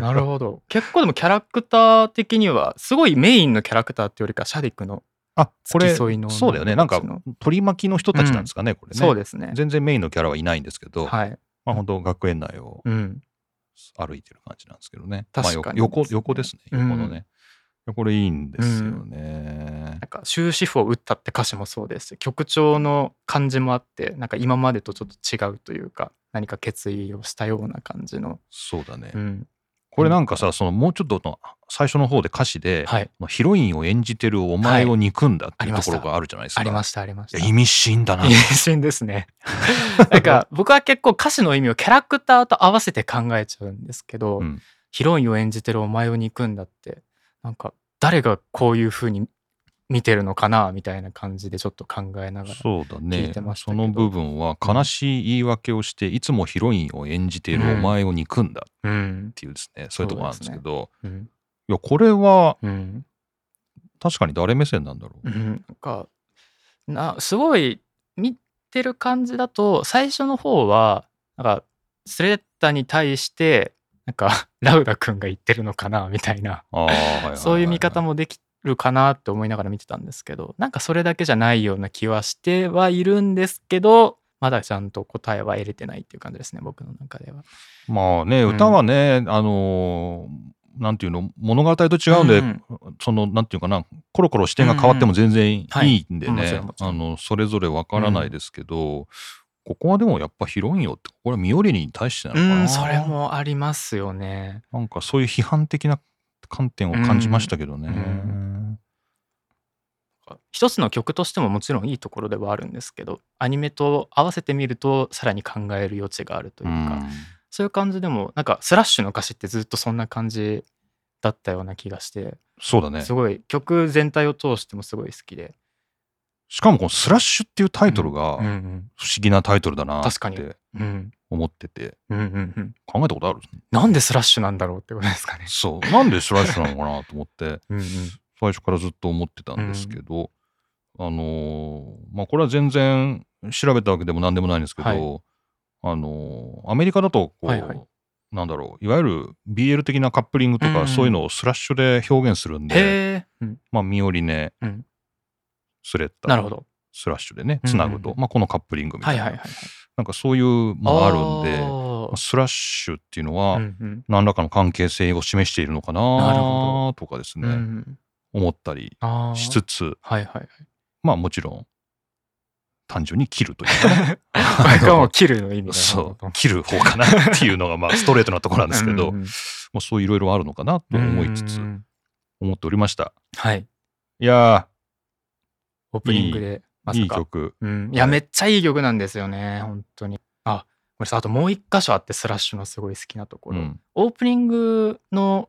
Speaker 2: なるほど。結構でもキャラクター的には、すごいメインのキャラクターっていうよりか、シャディクの
Speaker 1: あ、こ
Speaker 2: 付
Speaker 1: れ、
Speaker 2: き
Speaker 1: そ
Speaker 2: 添いの。
Speaker 1: うだよね。なんか、取り巻きの人たちなんですかね、これね。
Speaker 2: そうですね。
Speaker 1: 全然メインのキャラはいないんですけど、
Speaker 2: はい。
Speaker 1: まあ本当学園内を
Speaker 2: うん。
Speaker 1: 歩いてる感じなんですけどね。
Speaker 2: 確
Speaker 1: ま
Speaker 2: か
Speaker 1: あ、
Speaker 2: に
Speaker 1: 横横ですね。
Speaker 2: うん
Speaker 1: 横のね。いやこれいいんですよね
Speaker 2: な。んか終止符を打ったって歌詞もそうですし曲調の感じもあってなんか今までとちょっと違うというか何か決意をしたような感じの、
Speaker 1: そうだね。
Speaker 2: うん、
Speaker 1: これなんかさ、そのもうちょっとの最初の方で歌詞で、
Speaker 2: はい
Speaker 1: ヒロインを演じてるお前を憎んだっていう
Speaker 2: はい
Speaker 1: ところがあるじゃないですか。
Speaker 2: ありま
Speaker 1: し
Speaker 2: したありました
Speaker 1: いや意 味深だな。
Speaker 2: 意味深ですねなんか僕は結構歌詞の意味をキャラクターと合わせて考えちゃうんですけど、
Speaker 1: うん
Speaker 2: ヒロインを演じてるお前を憎んだってなんか誰がこういう風に見てるのかなみたいな感じでちょっと考えながら
Speaker 1: そうだ
Speaker 2: 聞
Speaker 1: ね
Speaker 2: いてました
Speaker 1: そ
Speaker 2: けど
Speaker 1: の部分は悲しい言い訳をして、いつもヒロインを演じているお前を憎んだっ
Speaker 2: うん
Speaker 1: ていうですね、そういうところなんですけど
Speaker 2: うん
Speaker 1: いやこれは
Speaker 2: うん
Speaker 1: 確かに誰目線なんだろう、
Speaker 2: なんかなすごい見てる感じだと最初の方はなんかスレッタに対してなんか ラウダ君が言ってるのかなみたいな
Speaker 1: あーはいはいはいはい
Speaker 2: そういう見方もできるかなって思いながら見てたんですけどなんかそれだけじゃないような気はしてはいるんですけどまだちゃんと答えは得れてないっていう感じですね僕の中では。
Speaker 1: まあね
Speaker 2: うん
Speaker 1: 歌はね、あのーなんていうの物語と違うんで、
Speaker 2: うん
Speaker 1: そのなんていうかなコロコロ視点が変わっても全然い
Speaker 2: うんうん
Speaker 1: いんで
Speaker 2: はいもち
Speaker 1: ね
Speaker 2: ろんも、ちろん
Speaker 1: あのそれぞれわからないですけど、ここはでもやっぱ広いよってこれはミオリネに対してなの
Speaker 2: う
Speaker 1: かな、
Speaker 2: んそれもありますよね
Speaker 1: なんかそういう批判的な観点を感じましたけどね、
Speaker 2: うんうん一つの曲としてももちろんいいところではあるんですけどアニメと合わせてみるとさらに考える余地があるというか、
Speaker 1: うん
Speaker 2: そういう感じでもなんかスラッシュの歌詞ってずっとそんな感じだったような気がして、
Speaker 1: そうだね
Speaker 2: すごい曲全体を通してもすごい好きで
Speaker 1: しかもこの「スラッシュ」っていうタイトルが
Speaker 2: うんうん
Speaker 1: 不思議なタイトルだなっ
Speaker 2: 確かに
Speaker 1: て
Speaker 2: うん
Speaker 1: 思ってて
Speaker 2: うんうんうん
Speaker 1: 考えたことある
Speaker 2: なんでスラッシュなんだろうってことですかね。
Speaker 1: そうなんでスラッシュなのかなと思って
Speaker 2: うんうん
Speaker 1: 最初からずっと思ってたんですけど、あのーまあこれは全然調べたわけでも何でもないんですけど、
Speaker 2: はい
Speaker 1: あのーアメリカだとこう、
Speaker 2: はいはい
Speaker 1: なんだろういわゆる BL 的なカップリングと
Speaker 2: うんう
Speaker 1: か
Speaker 2: ん
Speaker 1: そういうのをスラッシュで表現するんで、
Speaker 2: へえ、うん
Speaker 1: まあ、ミオリネ、
Speaker 2: うん
Speaker 1: スレッタ
Speaker 2: なるほど。
Speaker 1: スラッシュでね
Speaker 2: うん
Speaker 1: つ
Speaker 2: うんうん
Speaker 1: なぐと、まあ、このカップリングみた
Speaker 2: はいい
Speaker 1: な、
Speaker 2: はいはいはい。
Speaker 1: なんかそういうのがあるんでま
Speaker 2: あ
Speaker 1: あスラッシュっていうの
Speaker 2: ー
Speaker 1: は
Speaker 2: うんうん
Speaker 1: 何らかの関係性を示しているのか
Speaker 2: なる
Speaker 1: な
Speaker 2: ほ
Speaker 1: とかです
Speaker 2: う
Speaker 1: ね、
Speaker 2: んうん
Speaker 1: 思ったり
Speaker 2: あー
Speaker 1: しつつ、
Speaker 2: はいはいはい。
Speaker 1: まあもちろん単純に切るというか ね
Speaker 2: これはもう切るの意味だ
Speaker 1: そう切る方かなっていうのがまあストレートなところなんですけど
Speaker 2: うんうん
Speaker 1: まあそういろいろあるのかなと
Speaker 2: うん
Speaker 1: 思いつつ
Speaker 2: うんうん
Speaker 1: 思っておりました
Speaker 2: はい。
Speaker 1: いや
Speaker 2: オープニングでま
Speaker 1: ーい
Speaker 2: さ
Speaker 1: い
Speaker 2: か。
Speaker 1: 曲
Speaker 2: うんいや、めっちゃいい曲なんですよね、本当に。あ、これさ、あともう一箇所あって、スラッシュのすごい好きなとこ
Speaker 1: う
Speaker 2: ろ。
Speaker 1: ん
Speaker 2: オープニングの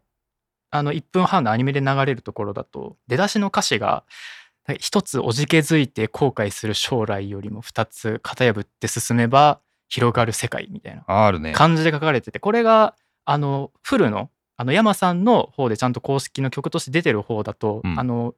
Speaker 2: あの1分半のアニメで流れるところだと出だしの歌詞が「一つおじけづいて後悔する将来よりも二つ型破って進めば広がる世界」みたいな
Speaker 1: あるね
Speaker 2: 感じで書かれててこれがあのフルのあの山さんの方でちゃんと公式の曲として出てる方だと、
Speaker 1: うん
Speaker 2: あの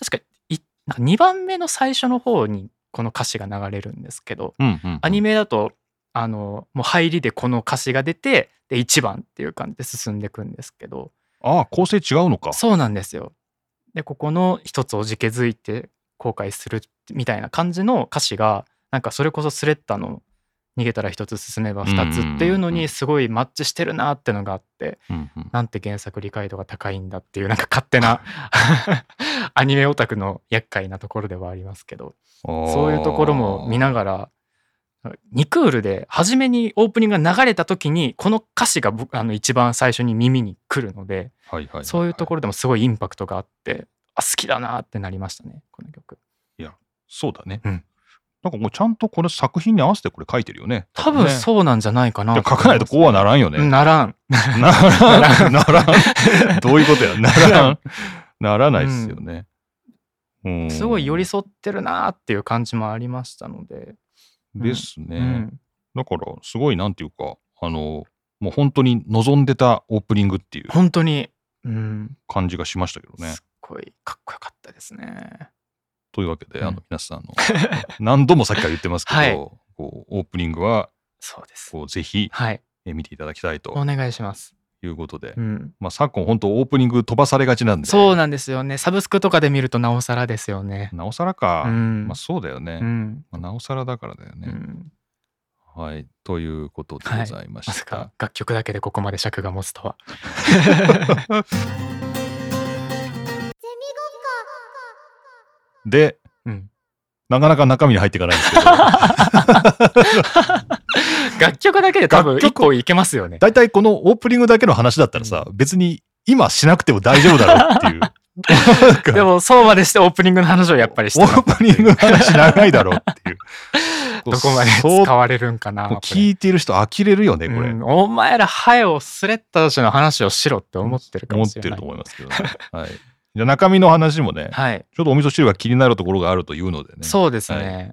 Speaker 2: 確かいなんか2番目の最初の方にこの歌詞が流れるんですけど
Speaker 1: うんうんうん
Speaker 2: アニメだとあのもう入りでこの歌詞が出てで1番っていう感じで進んでいくんですけど
Speaker 1: ああ構成違うのか
Speaker 2: そうなんですよ。でここの一つおじけづいて後悔するみたいな感じの歌詞がなんかそれこそスレッタの「逃げたら一つ進めば二つ」っていうのにすごいマッチしてるなってのがあって
Speaker 1: うんうん
Speaker 2: なんて原作理解度が高いんだっていうなんか勝手 なアニメオタクの厄介なところではありますけどそういうところも見ながら、2クールで初めにオープニングが流れた時にこの歌詞が僕あの一番最初に耳に来るので
Speaker 1: はいはいはいはい
Speaker 2: そういうところでもすごいインパクトがあってあ好きだなってなりましたねこの曲
Speaker 1: そうだね
Speaker 2: うん
Speaker 1: なんかもうちゃんとこの作品に合わせてこれ書いてるよね
Speaker 2: 多分
Speaker 1: ね
Speaker 2: そうなんじゃないかな
Speaker 1: じゃあ書かないとこうはならんよね
Speaker 2: なら ん
Speaker 1: ならん、ならん。 どういうことや、ならん。ならないですよね。うん
Speaker 2: すごい寄り添ってるなっていう感じもありましたので、
Speaker 1: です
Speaker 2: う
Speaker 1: ね。
Speaker 2: ん、
Speaker 1: だから、すごい、なんていうか、あの、もう本当に望んでたオープニングっていう
Speaker 2: 本当に、うん
Speaker 1: 感じがしましたけどね
Speaker 2: す。っごいかっこよかったですね
Speaker 1: というわけで、
Speaker 2: うん
Speaker 1: あの、皆さん、あの、 何度もさっきから言ってますけど、
Speaker 2: はい
Speaker 1: こうオープニングは、
Speaker 2: そうです
Speaker 1: こう、ぜひ
Speaker 2: はい
Speaker 1: え見ていただきたい
Speaker 2: お
Speaker 1: と
Speaker 2: 願いします、
Speaker 1: いうことで
Speaker 2: う、ん、
Speaker 1: まあ、昨今、本当オープニング飛ばされがちなんで、
Speaker 2: そうなんですよね。サブスクとかで見るとなおさらですよね。
Speaker 1: なおさらか
Speaker 2: う、ん。
Speaker 1: まあ、そうだよね
Speaker 2: う。ん。
Speaker 1: まあなおさらだからだよね。
Speaker 2: うん
Speaker 1: はい、ということでございま
Speaker 2: ま
Speaker 1: した。
Speaker 2: さか楽曲だけでここまで尺が持つとは。
Speaker 1: で、
Speaker 2: うん、
Speaker 1: なかなか中身に入っていかないん ですけど、
Speaker 2: 楽曲だけで多分
Speaker 1: 楽曲
Speaker 2: 一個いけますよね。
Speaker 1: 大体このオープニングだけの話だったらさ、別に今しなくても大丈夫だろうって いう。なんか
Speaker 2: でもそうまでしてオープニングの話をやっぱりして
Speaker 1: オ
Speaker 2: なかっ
Speaker 1: ープニングの話長いだろうっていう。
Speaker 2: た どこまで
Speaker 1: そう
Speaker 2: 使われるんかな。
Speaker 1: こう
Speaker 2: これ
Speaker 1: 聞いている人呆れるよね、これ。
Speaker 2: うんお前らはよスレッタたちの話をしろって思ってるか
Speaker 1: 思
Speaker 2: も
Speaker 1: っ
Speaker 2: しれ
Speaker 1: て
Speaker 2: な
Speaker 1: る
Speaker 2: い。
Speaker 1: と思いますけどね。はい。じゃあ中身の話もね、
Speaker 2: はい、
Speaker 1: ちょっとお味噌汁が気になるところがあるというのでね、ちょ
Speaker 2: そうですね。
Speaker 1: は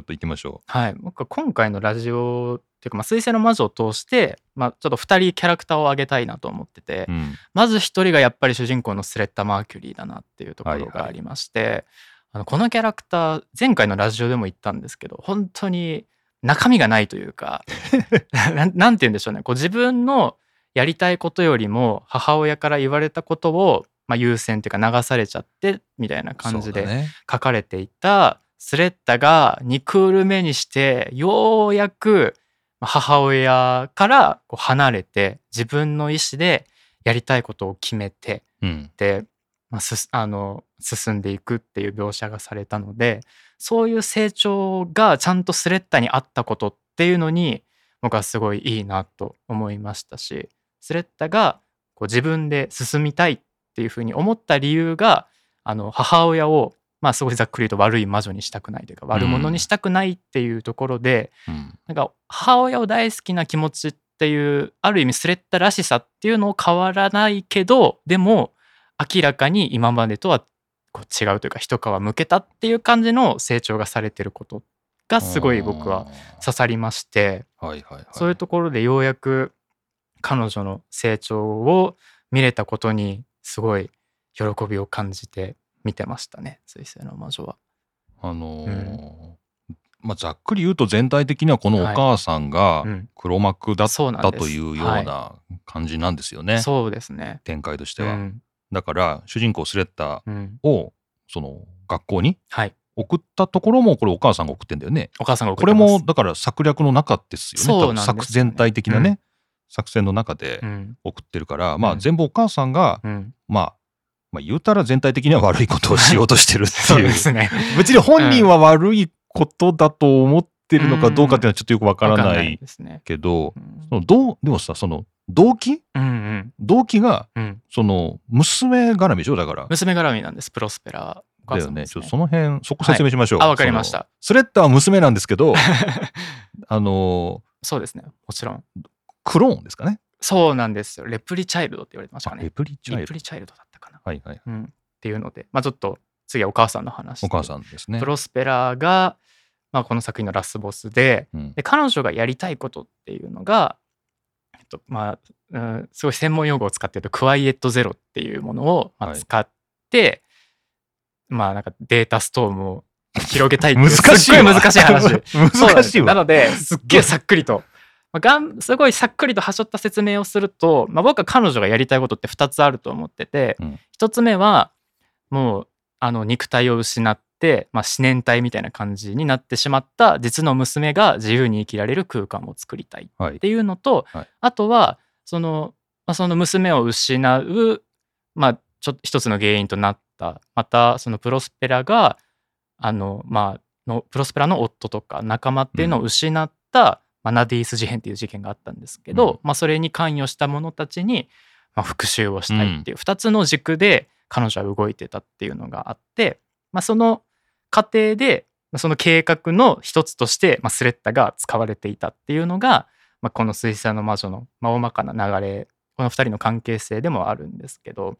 Speaker 1: っと行きましょ
Speaker 2: はい、僕は今回のラジオっていうか「まあ、水星の魔女」を通して、まあ、ちょっと2人キャラクターを上げたいなと思ってて、
Speaker 1: う。うん。
Speaker 2: まず1人がやっぱり主人公のスレッタ・マーキュリーだなっていうところがありまして、あのこのキャラクター前回のラジオでも言ったんですけど本当に中身がないというか なんなんて言うんでしょうねこう自分のやりたいことよりも母親から言われたことを、まあ、優先というか流されちゃってみたいな感じで
Speaker 1: そうだね。
Speaker 2: 書かれていたスレッタが2クール目にしてようやく母親からこう離れて自分の意思でやりたいことを決めて
Speaker 1: うん。
Speaker 2: で、まあ、すあの進んでいくっていう描写がされたのでそういう成長がちゃんとスレッタにあったことっていうのに僕はすごいいいなと思いましたしスレッタがこう自分で進みたいっていうふうに思った理由があの母親をまあすごいざっくり言うと悪い魔女にしたくないというか悪者にしたくないっていうところで、
Speaker 1: うん
Speaker 2: なんか母親を大好きな気持ちっていうある意味スレッタらしさっていうのを変わらないけどでも明らかに今までとはこう違うというか一皮むけたっていう感じの成長がされてることがすごい僕は刺さりまして
Speaker 1: はいはいはい
Speaker 2: そういうところでようやく彼女の成長を見れたことにすごい喜びを感じて見てましたね「水星の魔女は」
Speaker 1: あのーまあ、ざっくり言うと全体的にはこのお母さんが
Speaker 2: うん
Speaker 1: 黒幕だっ
Speaker 2: そうなん
Speaker 1: た
Speaker 2: です
Speaker 1: というような感じなんですよね、
Speaker 2: そうですね。
Speaker 1: 展開として
Speaker 2: う
Speaker 1: は。
Speaker 2: ん
Speaker 1: だから主人公スレッタ
Speaker 2: うん、
Speaker 1: をその学校に
Speaker 2: はい
Speaker 1: 送ったところもこれお母さんが送ってんだよね。
Speaker 2: お母さんが送
Speaker 1: こ
Speaker 2: って
Speaker 1: れ
Speaker 2: ます
Speaker 1: もだから策略の中ですよね
Speaker 2: そうなんです
Speaker 1: 多
Speaker 2: よ
Speaker 1: 分作全体的なね、作戦の中で
Speaker 2: うん
Speaker 1: 送ってるから、ま
Speaker 2: う
Speaker 1: あ
Speaker 2: ん
Speaker 1: 全部お母さんが、
Speaker 2: うん、
Speaker 1: まあまあ言うたら全体的には悪いことをしようとしてるって
Speaker 2: そう
Speaker 1: いう
Speaker 2: で。すね。
Speaker 1: 別に本人は悪いことだと思ってるのかどうかっていうのはちょっとよくわから
Speaker 2: わ
Speaker 1: ない
Speaker 2: ですね。
Speaker 1: けど、
Speaker 2: うん
Speaker 1: そのどうでもさその動機
Speaker 2: うん
Speaker 1: 動機が
Speaker 2: うんうん。
Speaker 1: その娘絡みでしょだから。
Speaker 2: 娘絡みなんです、プロスペラ。お
Speaker 1: だ
Speaker 2: 母
Speaker 1: よ
Speaker 2: さん
Speaker 1: ね。
Speaker 2: で
Speaker 1: ち
Speaker 2: す
Speaker 1: ょっとその辺、そこ説明しましょう。
Speaker 2: はいあわかりました
Speaker 1: その。スレッタは娘なんですけ ど、あの、
Speaker 2: そうですね、もちろん。
Speaker 1: クローンですかね。
Speaker 2: そうなんですよ。レプリチャイルドって言われてました
Speaker 1: あ
Speaker 2: か
Speaker 1: レ
Speaker 2: ね。
Speaker 1: プリチャイ
Speaker 2: レ
Speaker 1: ル
Speaker 2: プ。リチャイルドだったかな。
Speaker 1: はいはい。
Speaker 2: うん、っていうので、まあちょっと次はお母さんの話。
Speaker 1: お母さ
Speaker 2: ん、
Speaker 1: んですね
Speaker 2: プ。ロスペラが、まあ、この作品のラスボスで、
Speaker 1: うん
Speaker 2: で彼女がやりたいことっていうのが、えっとまあうん、すごい専門用語を使ってるとクワイエットゼロっていうものをまあ
Speaker 1: はい
Speaker 2: 使って、まあなんかデータストームを広げたいってい う
Speaker 1: 難しいわ
Speaker 2: すっごい難しい話そうなん
Speaker 1: 難
Speaker 2: で
Speaker 1: し
Speaker 2: す
Speaker 1: い
Speaker 2: な
Speaker 1: わ。
Speaker 2: のですっげえさっくりと、まあ、がんすごいさっくりと端折った説明をすると、まあ、僕は彼女がやりたいことって2つあると思ってて、
Speaker 1: うん
Speaker 2: 1つ目はもうあの肉体を失って、まあ、四年体みたいな感じになってしまった実の娘が自由に生きられる空間を作りたい
Speaker 1: は
Speaker 2: っ
Speaker 1: い。
Speaker 2: ていうのと、
Speaker 1: はい
Speaker 2: あとはその,、まあ、その娘を失う、まあ、ちょ一つの原因となったまたそのプロスペラがあの、まあ、のプロスペラの夫とか仲間っていうのを失った、まあ、ナディース事変っていう事件があったんですけど、
Speaker 1: うん
Speaker 2: まあ、それに関与した者たちに、まあ、復讐をしたいっていう2つの軸で彼女は動いてたっていうのがあって、まあ、その過程でまあその計画の一つとして、まあ、スレッタが使われていたっていうのが、まあ、この「水星の魔女の」まあ、大まかな流れこの2人の関係性でもあるんですけど、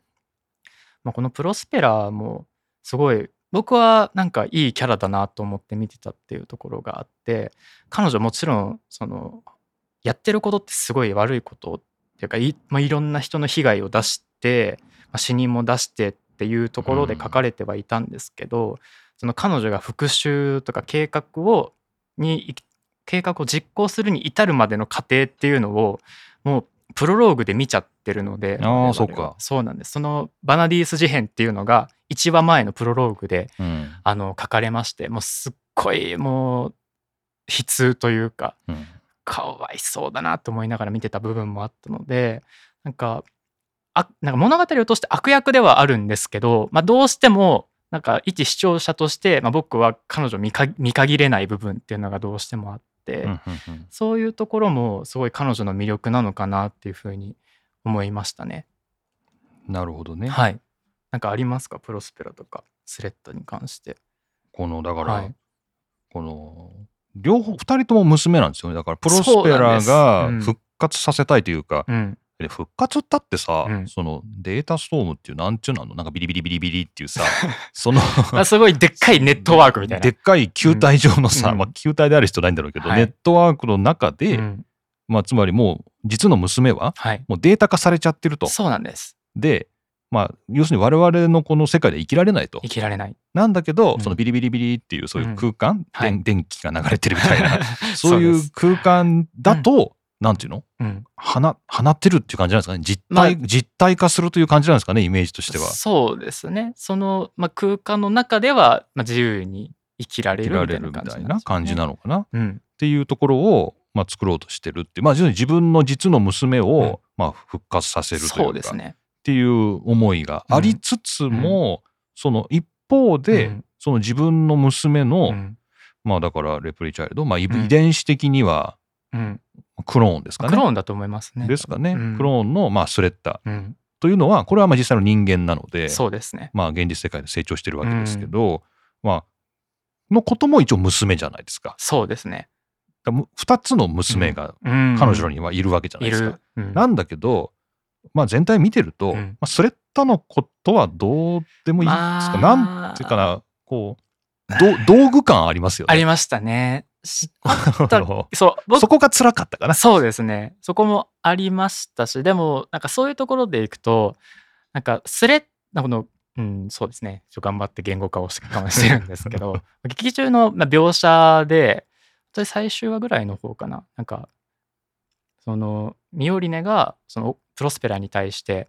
Speaker 2: まあ、このプロスペラもすごい僕はなんかいいキャラだなと思って見てたっていうところがあって彼女もちろんそのやってることってすごい悪いことっていうかい,、まあ、いろんな人の被害を出して、まあ、死人も出してっていうところで書かれてはいたんですけど、その彼女が復讐とか計画をに計画を実行するに至るまでの過程っていうのをもうプロローグで見ちゃってるので
Speaker 1: あー
Speaker 2: 我々は
Speaker 1: そうか
Speaker 2: そうなんですそのバナディース事変っていうのが1話前のプロローグで
Speaker 1: うん
Speaker 2: あの書かれましてもうすっごいもう悲痛というか
Speaker 1: うん
Speaker 2: かわいそうだなと思いながら見てた部分もあったのでなんかあなんか物語を通して悪役ではあるんですけど、まあ、どうしてもなんか一視聴者として、まあ、僕は彼女を見か見限れない部分っていうのがどうしてもあって、
Speaker 1: うんうんうん
Speaker 2: そういうところもすごい彼女の魅力なのかなっていうふうに思いましたね。
Speaker 1: なるほどね。
Speaker 2: はい、なんかありますかプロスペラとかスレッドに関して。
Speaker 1: この、だか
Speaker 2: は
Speaker 1: ら
Speaker 2: い、
Speaker 1: この、両方、二人とも娘なんですよね。だから、プロスペラ
Speaker 2: そう
Speaker 1: が
Speaker 2: なんですうん
Speaker 1: 復活させたいというか、
Speaker 2: うん、
Speaker 1: で復活だってさ、
Speaker 2: うん
Speaker 1: そのデータストームっていうなんちゅうなのなんかビリビリビリビリって いうさその
Speaker 2: あすごいでっかいネットワークみたい
Speaker 1: で
Speaker 2: な
Speaker 1: っ。かい球体上のさ、
Speaker 2: うん
Speaker 1: まあ、球体である人ないんだろうけど、
Speaker 2: はい
Speaker 1: ネットワークの中で、
Speaker 2: うん
Speaker 1: まあ、つまりもう実の娘は
Speaker 2: はい、
Speaker 1: もうデータ化されちゃってると
Speaker 2: そうなんです
Speaker 1: で、まあ、要するに我々のこの世界で生きられないと
Speaker 2: 生きられない。
Speaker 1: なんだけど、
Speaker 2: うん
Speaker 1: そのビリビリビリっていうそういう空間、
Speaker 2: うんはい
Speaker 1: でん電気が流れてるみたいな そうい
Speaker 2: で
Speaker 1: う
Speaker 2: す
Speaker 1: 空間だと、なんていうの
Speaker 2: うん、
Speaker 1: 放放ってるっていう感じなんですかね実体、
Speaker 2: まあ
Speaker 1: 実体化するという感じなんですかねイメージとしては。
Speaker 2: そうですねその、まあ、空間の中では、まあ、自由に生きられ
Speaker 1: 切
Speaker 2: る
Speaker 1: ら
Speaker 2: みた
Speaker 1: れ
Speaker 2: い
Speaker 1: る
Speaker 2: な
Speaker 1: み
Speaker 2: 感じ
Speaker 1: たいな感じな
Speaker 2: の、
Speaker 1: のかなっ
Speaker 2: うん
Speaker 1: ていうところを、まあ、作ろうとしてるってまあ実に自分の実の娘を、
Speaker 2: うん
Speaker 1: まあ、復活させるというか
Speaker 2: そうですね
Speaker 1: っていう思いがありつつも、その一方で、
Speaker 2: うん
Speaker 1: その自分の娘の、
Speaker 2: うん
Speaker 1: まあだからレプリチャイルド、まあ、遺
Speaker 2: ん
Speaker 1: 遺伝子的には
Speaker 2: うん
Speaker 1: クローンですかね。
Speaker 2: クローンだと思いますね。
Speaker 1: ですかね、
Speaker 2: うん
Speaker 1: クローンの、まあ、スレッタ
Speaker 2: うん、
Speaker 1: というのはこれはまあ実際の人間なので、
Speaker 2: そうですね。
Speaker 1: まあ、現実世界で成長してるわけですけど、まあのことも一応娘じゃないですか。
Speaker 2: そうですね。
Speaker 1: だからむ二つの娘が
Speaker 2: うん、
Speaker 1: 彼女にはいるわけじゃない
Speaker 2: い
Speaker 1: ですか。
Speaker 2: る。うん
Speaker 1: なんだけど、まあ、全体見てると、
Speaker 2: うん
Speaker 1: まあ、スレッタのことはどうでもいいですか、
Speaker 2: まあ
Speaker 1: なんていうかなこうど道具感ありますよ
Speaker 2: あ
Speaker 1: ね。
Speaker 2: りましたね。 し
Speaker 1: あの
Speaker 2: そう僕
Speaker 1: そこが辛かったかな。
Speaker 2: そうですねそこもありましたしでもなんかそういうところでいくとなんかスレなんかこのうんそうですねちょっと頑張って言語化をしかましてるんです けど劇中のまあ描写で本当に最終話ぐらいの方かななんかそのミオリネがそのプロスペラに対して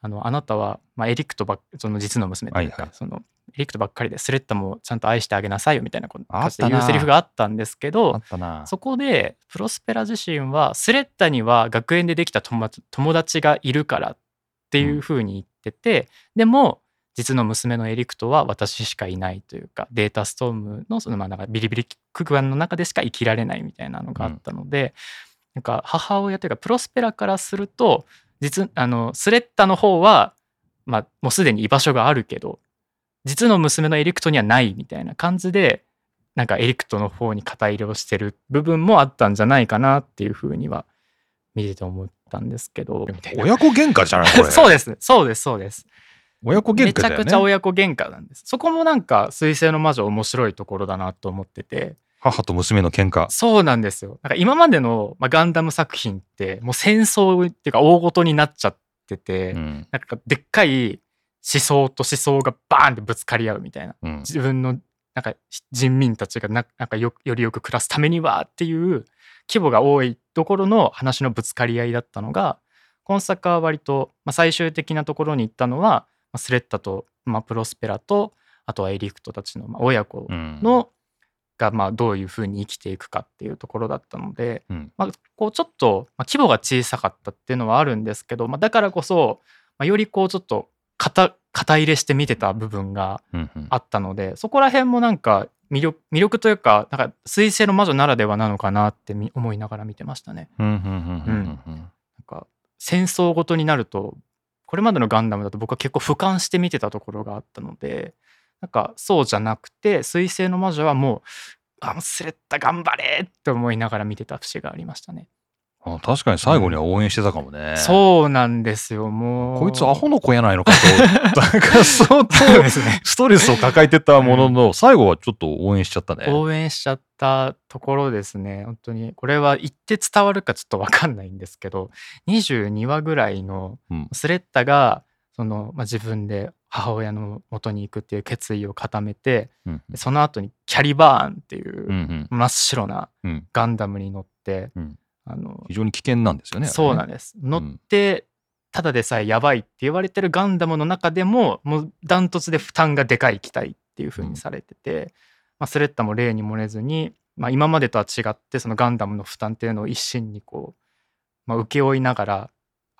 Speaker 2: あのあなたは、まあ、エリクトばっその実の娘というか、
Speaker 1: はいはい
Speaker 2: そのエリクトばっかりでスレッタもちゃんと愛してあげなさいよみたいなこと
Speaker 1: あ
Speaker 2: か
Speaker 1: っ
Speaker 2: つて
Speaker 1: たな
Speaker 2: 言うセリフがあったんですけど
Speaker 1: あったな。
Speaker 2: そこでプロスペラ自身はスレッタには学園でできた友達友達がいるからっていうふうに言ってて、でも実の娘のエリクトは私しかいないというかデータストームのそのまあなんかビリビリ空間の中でしか生きられないみたいなのがあったので、なんか母親というかプロスペラからすると実あのスレッタの方は、まあ、もうすでに居場所があるけど実の娘のエリクトにはないみたいな感じでなんかエリクトの方に肩入れをしてる部分もあったんじゃないかなっていうふうには見てて思ったんですけどみたいな
Speaker 1: 親子喧嘩じゃないこれ。
Speaker 2: そうですそうですそうです
Speaker 1: 親子喧嘩だよね。
Speaker 2: めちゃくちゃ親子喧嘩なんですそこもなんか「水星の魔女」面白いところだなと思ってて
Speaker 1: 母と娘の喧嘩。
Speaker 2: そうなんですよなんか今までの、まあ、ガンダム作品ってもう戦争っていうか大ごとになっちゃってて、
Speaker 1: うん
Speaker 2: なんかでっかい思想と思想がバーンってぶつかり合うみたいな
Speaker 1: うん
Speaker 2: 自分のなんか人民たちがななんかよよりよく暮らすためにはっていう規模が多いところの話のぶつかり合いだったのが今作は割と、まあ、最終的なところに行ったのは、まあスレッタと、まあ、プロスペラとあとはエリクトたちの、まあ、親子
Speaker 1: うん
Speaker 2: の、がまあどういうふうに生きていくかっていうところだったので、
Speaker 1: うん
Speaker 2: まあ、こうちょっと、まあ、規模が小さかったっていうのはあるんですけど、まあ、だからこそ、まあ、よりこうちょっと肩肩入れして見てた部分が
Speaker 1: うんうん
Speaker 2: あったのでそこら辺もなんか魅力魅力というかなんか彗星の魔女ならではなのかなってみ思いながら見てましたね。
Speaker 1: うんうんうんうんうん
Speaker 2: なんか戦争ごとになるとこれまでのガンダムだと僕は結構俯瞰して見てたところがあったのでなんかそうじゃなくて彗星の魔女はもう「あもうスレッタ頑張れ!」って思いながら見てた節がありましたね。
Speaker 1: あ確かに最後には応援してたかもね。
Speaker 2: そうなんですよもう
Speaker 1: こいつアホの子やないのか と、なんか相当
Speaker 2: そうですね
Speaker 1: ストレスを抱えてたものの、最後はちょっと応援しちゃったね。
Speaker 2: 応援しちゃったところですね本当にこれは言って伝わるかちょっと分かんないんですけど22話ぐらいの
Speaker 1: うん
Speaker 2: スレッタがその、まあ、自分で母親の元に行くっていう決意を固めて
Speaker 1: うん
Speaker 2: でその後にキャリバーンっていううん真っ白な
Speaker 1: うんうん
Speaker 2: ガンダムに乗って、
Speaker 1: うん
Speaker 2: あの
Speaker 1: 非常に危険なんですよね。
Speaker 2: そうなん
Speaker 1: ん
Speaker 2: です乗って、ただでさえやばいって言われてるガンダムの中でももうダントツで負担がでかい機体っていう風にされてて、まあ、スレッタも例に漏れずに、まあ、今までとは違ってそのガンダムの負担っていうのを一身にこう、まあ、請け負いながら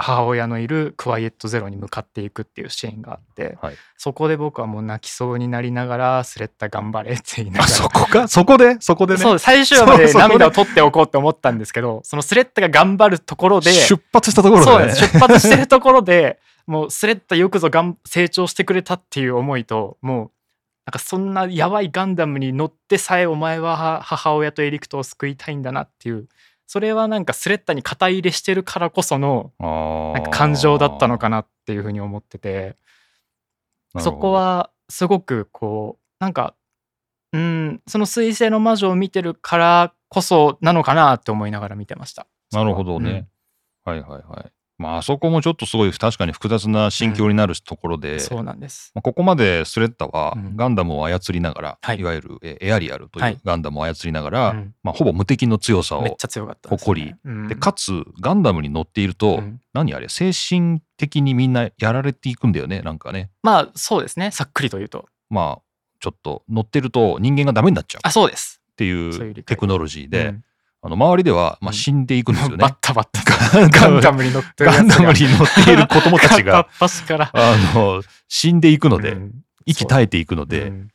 Speaker 2: 母親のいるクワイエットゼロに向かっていくっていうシーンがあって、
Speaker 1: はい
Speaker 2: そこで僕はもう泣きそうになりながらスレッタ頑張れって言いなが
Speaker 1: あ
Speaker 2: ら
Speaker 1: そこかそこでそこでね
Speaker 2: そう最終話まで
Speaker 1: そうそう
Speaker 2: 涙を取っておこうと思ったんですけどそのスレッタが頑張るところで
Speaker 1: 出発したところで、ね、
Speaker 2: そうなんです出発してるところでもうスレッタよくぞがん成長してくれたっていう思いともうなんかそんなやばいガンダムに乗ってさえお前はは母親とエリクトを救いたいんだなっていうそれはなんかスレッタに肩入れしてるからこその
Speaker 1: あー
Speaker 2: なんか感情だったのかなっていうふうに思ってて。
Speaker 1: なる
Speaker 2: そ
Speaker 1: ほど
Speaker 2: こはすごくこうなんかうんその彗星の魔女を見てるからこそなのかなって思いながら見てました。
Speaker 1: なるほどね、はいはいはいまああそこもちょっとすごい確かに複雑な心境になるところで、
Speaker 2: うんそうなんです。
Speaker 1: まあここまでスレッタは
Speaker 2: うん
Speaker 1: ガンダムを操りながら、
Speaker 2: はい
Speaker 1: いわゆるえエアリアルと
Speaker 2: はいいう
Speaker 1: ガンダムを操りながら、
Speaker 2: うん
Speaker 1: まあ、ほぼ無敵の強さ
Speaker 2: めっ
Speaker 1: を
Speaker 2: ちゃ強かったです、ね。
Speaker 1: 誇り
Speaker 2: うん
Speaker 1: でかつガンダムに乗っていると、
Speaker 2: うん
Speaker 1: 何あれ精神的にみんなやられていくんだよねなんかね
Speaker 2: まあそうですねさっくりと言うと
Speaker 1: まあちょっと乗ってると人間がダメになっちゃう
Speaker 2: あそうです。
Speaker 1: って
Speaker 2: そうい
Speaker 1: いう
Speaker 2: 理
Speaker 1: う
Speaker 2: 解
Speaker 1: テクノロジーで、
Speaker 2: うん
Speaker 1: あの周りでは、まあ、
Speaker 2: うん
Speaker 1: 死んでいくんですよね
Speaker 2: バッ。タバッタ
Speaker 1: ガ
Speaker 2: ガン
Speaker 1: ンダ
Speaker 2: ダ
Speaker 1: ム
Speaker 2: ムに乗ってる
Speaker 1: ガ
Speaker 2: や
Speaker 1: ン
Speaker 2: つ
Speaker 1: ダム
Speaker 2: が
Speaker 1: に乗っている子供たち
Speaker 2: 片
Speaker 1: が
Speaker 2: っ端から。
Speaker 1: あの死んでいくので、
Speaker 2: うん
Speaker 1: 息絶えていくので、
Speaker 2: うん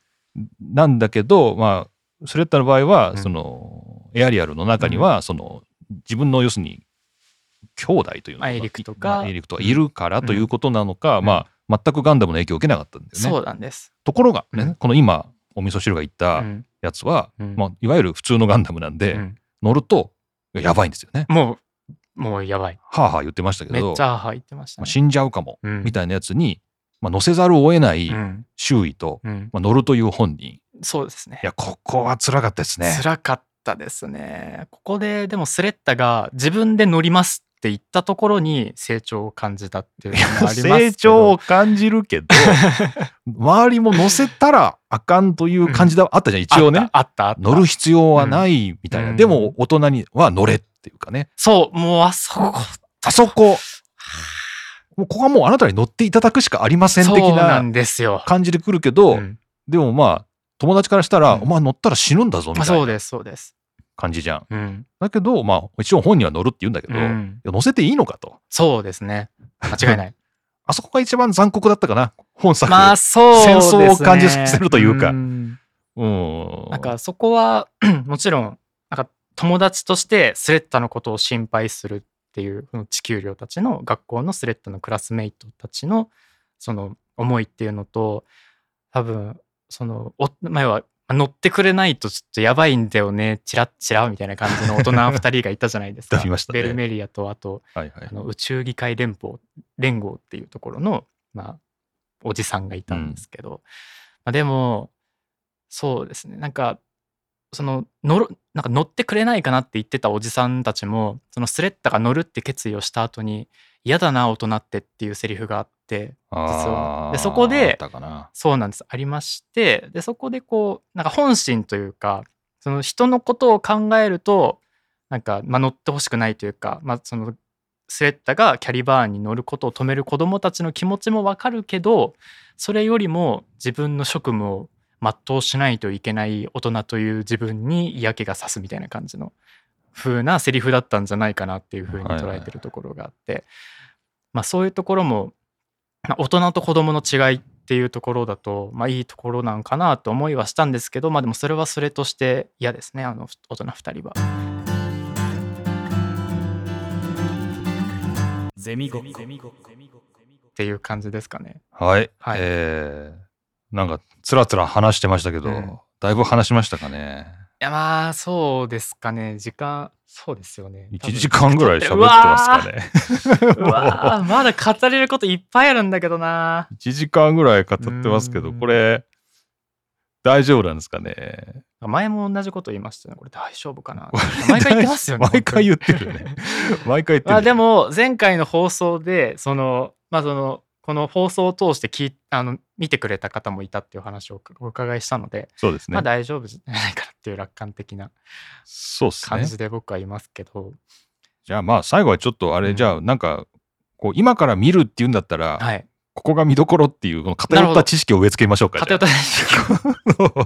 Speaker 1: なんだけど、まあ、スレッタの場合
Speaker 2: う
Speaker 1: は
Speaker 2: ん
Speaker 1: その、エアリアルの中にはその自分の要するに兄弟というの
Speaker 2: まあエリクとか
Speaker 1: まあエリクとかいるから
Speaker 2: うん
Speaker 1: ということなのか、
Speaker 2: うん
Speaker 1: まあ、全くガンダムの影響を受けなかったんだよね。
Speaker 2: そうなんです。
Speaker 1: ところが、ね
Speaker 2: うん
Speaker 1: この今お味噌汁が言った
Speaker 2: うん
Speaker 1: やつは、
Speaker 2: うん
Speaker 1: まあ、いわゆる普通のガンダムなんで、
Speaker 2: うん
Speaker 1: 乗るとやばいんですよね。
Speaker 2: もうもうやばい。
Speaker 1: はあはあ言ってましたけ
Speaker 2: め
Speaker 1: ど、
Speaker 2: っちゃ母言ってまし
Speaker 1: ま
Speaker 2: た
Speaker 1: あ
Speaker 2: ね。
Speaker 1: 死んじゃうかも、
Speaker 2: うん
Speaker 1: みたいなやつに、まあ、乗せざるを得ない
Speaker 2: うん
Speaker 1: 周囲と、
Speaker 2: うん
Speaker 1: まあ、乗るという本人い
Speaker 2: そうですね。
Speaker 1: やここは辛かったですね。
Speaker 2: 辛かったですね。ここででもスレッタが自分で乗りますって言ったところに成長を感じたっていうのもありますけ ど
Speaker 1: 成長を感じるけ ど周りも乗せたらあかんという感じだ、あったじゃん一応ね
Speaker 2: あったあったあった
Speaker 1: 乗る必要はないみたいな、
Speaker 2: うん
Speaker 1: でも大人には乗れっていうかね
Speaker 2: そうもうあそこ
Speaker 1: あそこもうここはもうあなたに乗っていただくしかありません的
Speaker 2: そうな
Speaker 1: なん
Speaker 2: ですよ。
Speaker 1: 感じで来るけど、
Speaker 2: うん
Speaker 1: でもまあ友達からしたら、
Speaker 2: うん
Speaker 1: お前乗ったら死ぬんだぞみ
Speaker 2: あ
Speaker 1: た
Speaker 2: そう
Speaker 1: いな
Speaker 2: ですそうです。
Speaker 1: 感じじゃん。
Speaker 2: うん
Speaker 1: だけどまあ一応本人は乗るって言うんだけど、
Speaker 2: う
Speaker 1: いや
Speaker 2: ん
Speaker 1: 乗せていいのかと
Speaker 2: そうですね間違いない。
Speaker 1: あそこが一番残酷だったかな本作、
Speaker 2: まあそうですね
Speaker 1: 戦争を感じさせるというか
Speaker 2: ん
Speaker 1: うん
Speaker 2: なんかそこは もちろんなんか友達としてスレッタのことを心配するっていうその地球寮たちの学校のスレッタのクラスメイトたちのその思いっていうのと多分そのお前は乗ってくれないとちょっとやばいんだよねチラッチラみたいな感じの大人2人がいたじゃないですか。
Speaker 1: いましたね
Speaker 2: ベルメリアとあと
Speaker 1: はいはい
Speaker 2: あの宇宙議会連邦連合っていうところの、まあ、おじさんがいたんですけど、まあ、でもそうですねなんかその乗るなんか乗ってくれないかなって言ってたおじさんたちもそのスレッタが乗るって決意をした後に「嫌だな大人って」っていうセリフがあっては
Speaker 1: あー
Speaker 2: でそこで
Speaker 1: あったかな
Speaker 2: そうなんですありましてでそこでこうなんか本心というかその人のことを考えるとなんか、まあ、乗ってほしくないというか、まあ、そのスレッタがキャリバーンに乗ることを止める子どもたちの気持ちもわかるけどそれよりも自分の職務を全うしないといけない大人という自分に嫌気がさすみたいな感じの風なセリフだったんじゃないかなっていう風に捉えてるところがあって、まあ、そういうところもまあ大人と子供の違いっていうところだと、まあ、いいところなんかなと思いはしたんですけど、まあ、でもそれはそれとして嫌ですねあの大人2人は。
Speaker 4: ゼミごっこ。
Speaker 2: っていう感じですかね。
Speaker 1: はい、
Speaker 2: はい
Speaker 1: えーなんかつらつら話してましたけど、
Speaker 2: うん
Speaker 1: だいぶ話しましたかね
Speaker 2: いやまあそうですかね時間そうですよね。多
Speaker 1: 1
Speaker 2: 分
Speaker 1: 時間ぐらい喋ってますかね
Speaker 2: う わーまだ語れることいっぱいあるんだけどな。
Speaker 1: 1時間ぐらい語ってますけど
Speaker 2: うん
Speaker 1: これ大丈夫なんですかね
Speaker 2: 前も同じこと言いましたねこれ大丈夫かな。 毎回言ってますよね。
Speaker 1: 毎回言ってるね毎回言ってる
Speaker 2: まあでも前回の放送でそのまあそのこの放送を通して聞いあの見てくれた方もいたっていう話をお伺いしたので、
Speaker 1: そうですね、
Speaker 2: まあ大丈夫じゃないかなっていう楽観的な
Speaker 1: そうです
Speaker 2: 感
Speaker 1: ね
Speaker 2: じで僕はいますけど、
Speaker 1: じゃあまあ最後はちょっとあれ、
Speaker 2: うん
Speaker 1: じゃあなんかこう今から見るっていうんだったら、
Speaker 2: はい
Speaker 1: ここが見どころっていうこの
Speaker 2: なる
Speaker 1: 偏っ
Speaker 2: ほ
Speaker 1: た
Speaker 2: ど
Speaker 1: 知識を植え付けましょうかじゃ
Speaker 2: 偏
Speaker 1: あ
Speaker 2: った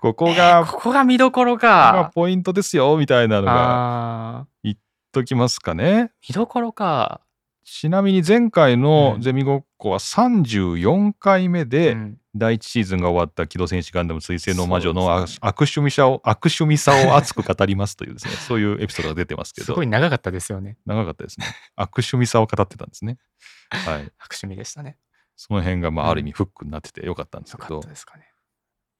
Speaker 1: ここが
Speaker 2: ここが見どころ
Speaker 1: ここが
Speaker 2: か
Speaker 1: ポイントですよみたいなのが
Speaker 2: あー
Speaker 1: ときますかね
Speaker 2: 見どころか、
Speaker 1: ちなみに前回の
Speaker 2: うん
Speaker 1: ゼミごっこは34回目で、
Speaker 2: うん
Speaker 1: 第一シーズンが終わった「機動戦士ガンダム彗星の魔女」の
Speaker 2: そう
Speaker 1: あ
Speaker 2: ですね
Speaker 1: 悪趣味さを悪趣味さを熱く語りますと いうですねそういうエピソードが出てますけ
Speaker 2: す
Speaker 1: ど
Speaker 2: ごい長かったですよね
Speaker 1: 長かったですね悪趣味さを語ってたんですねはい
Speaker 2: 白趣味でしたね
Speaker 1: その辺がま
Speaker 2: う
Speaker 1: あ
Speaker 2: ん
Speaker 1: ある意味フックになっててよかったんです
Speaker 2: よ
Speaker 1: け
Speaker 2: か
Speaker 1: ど
Speaker 2: ったですかね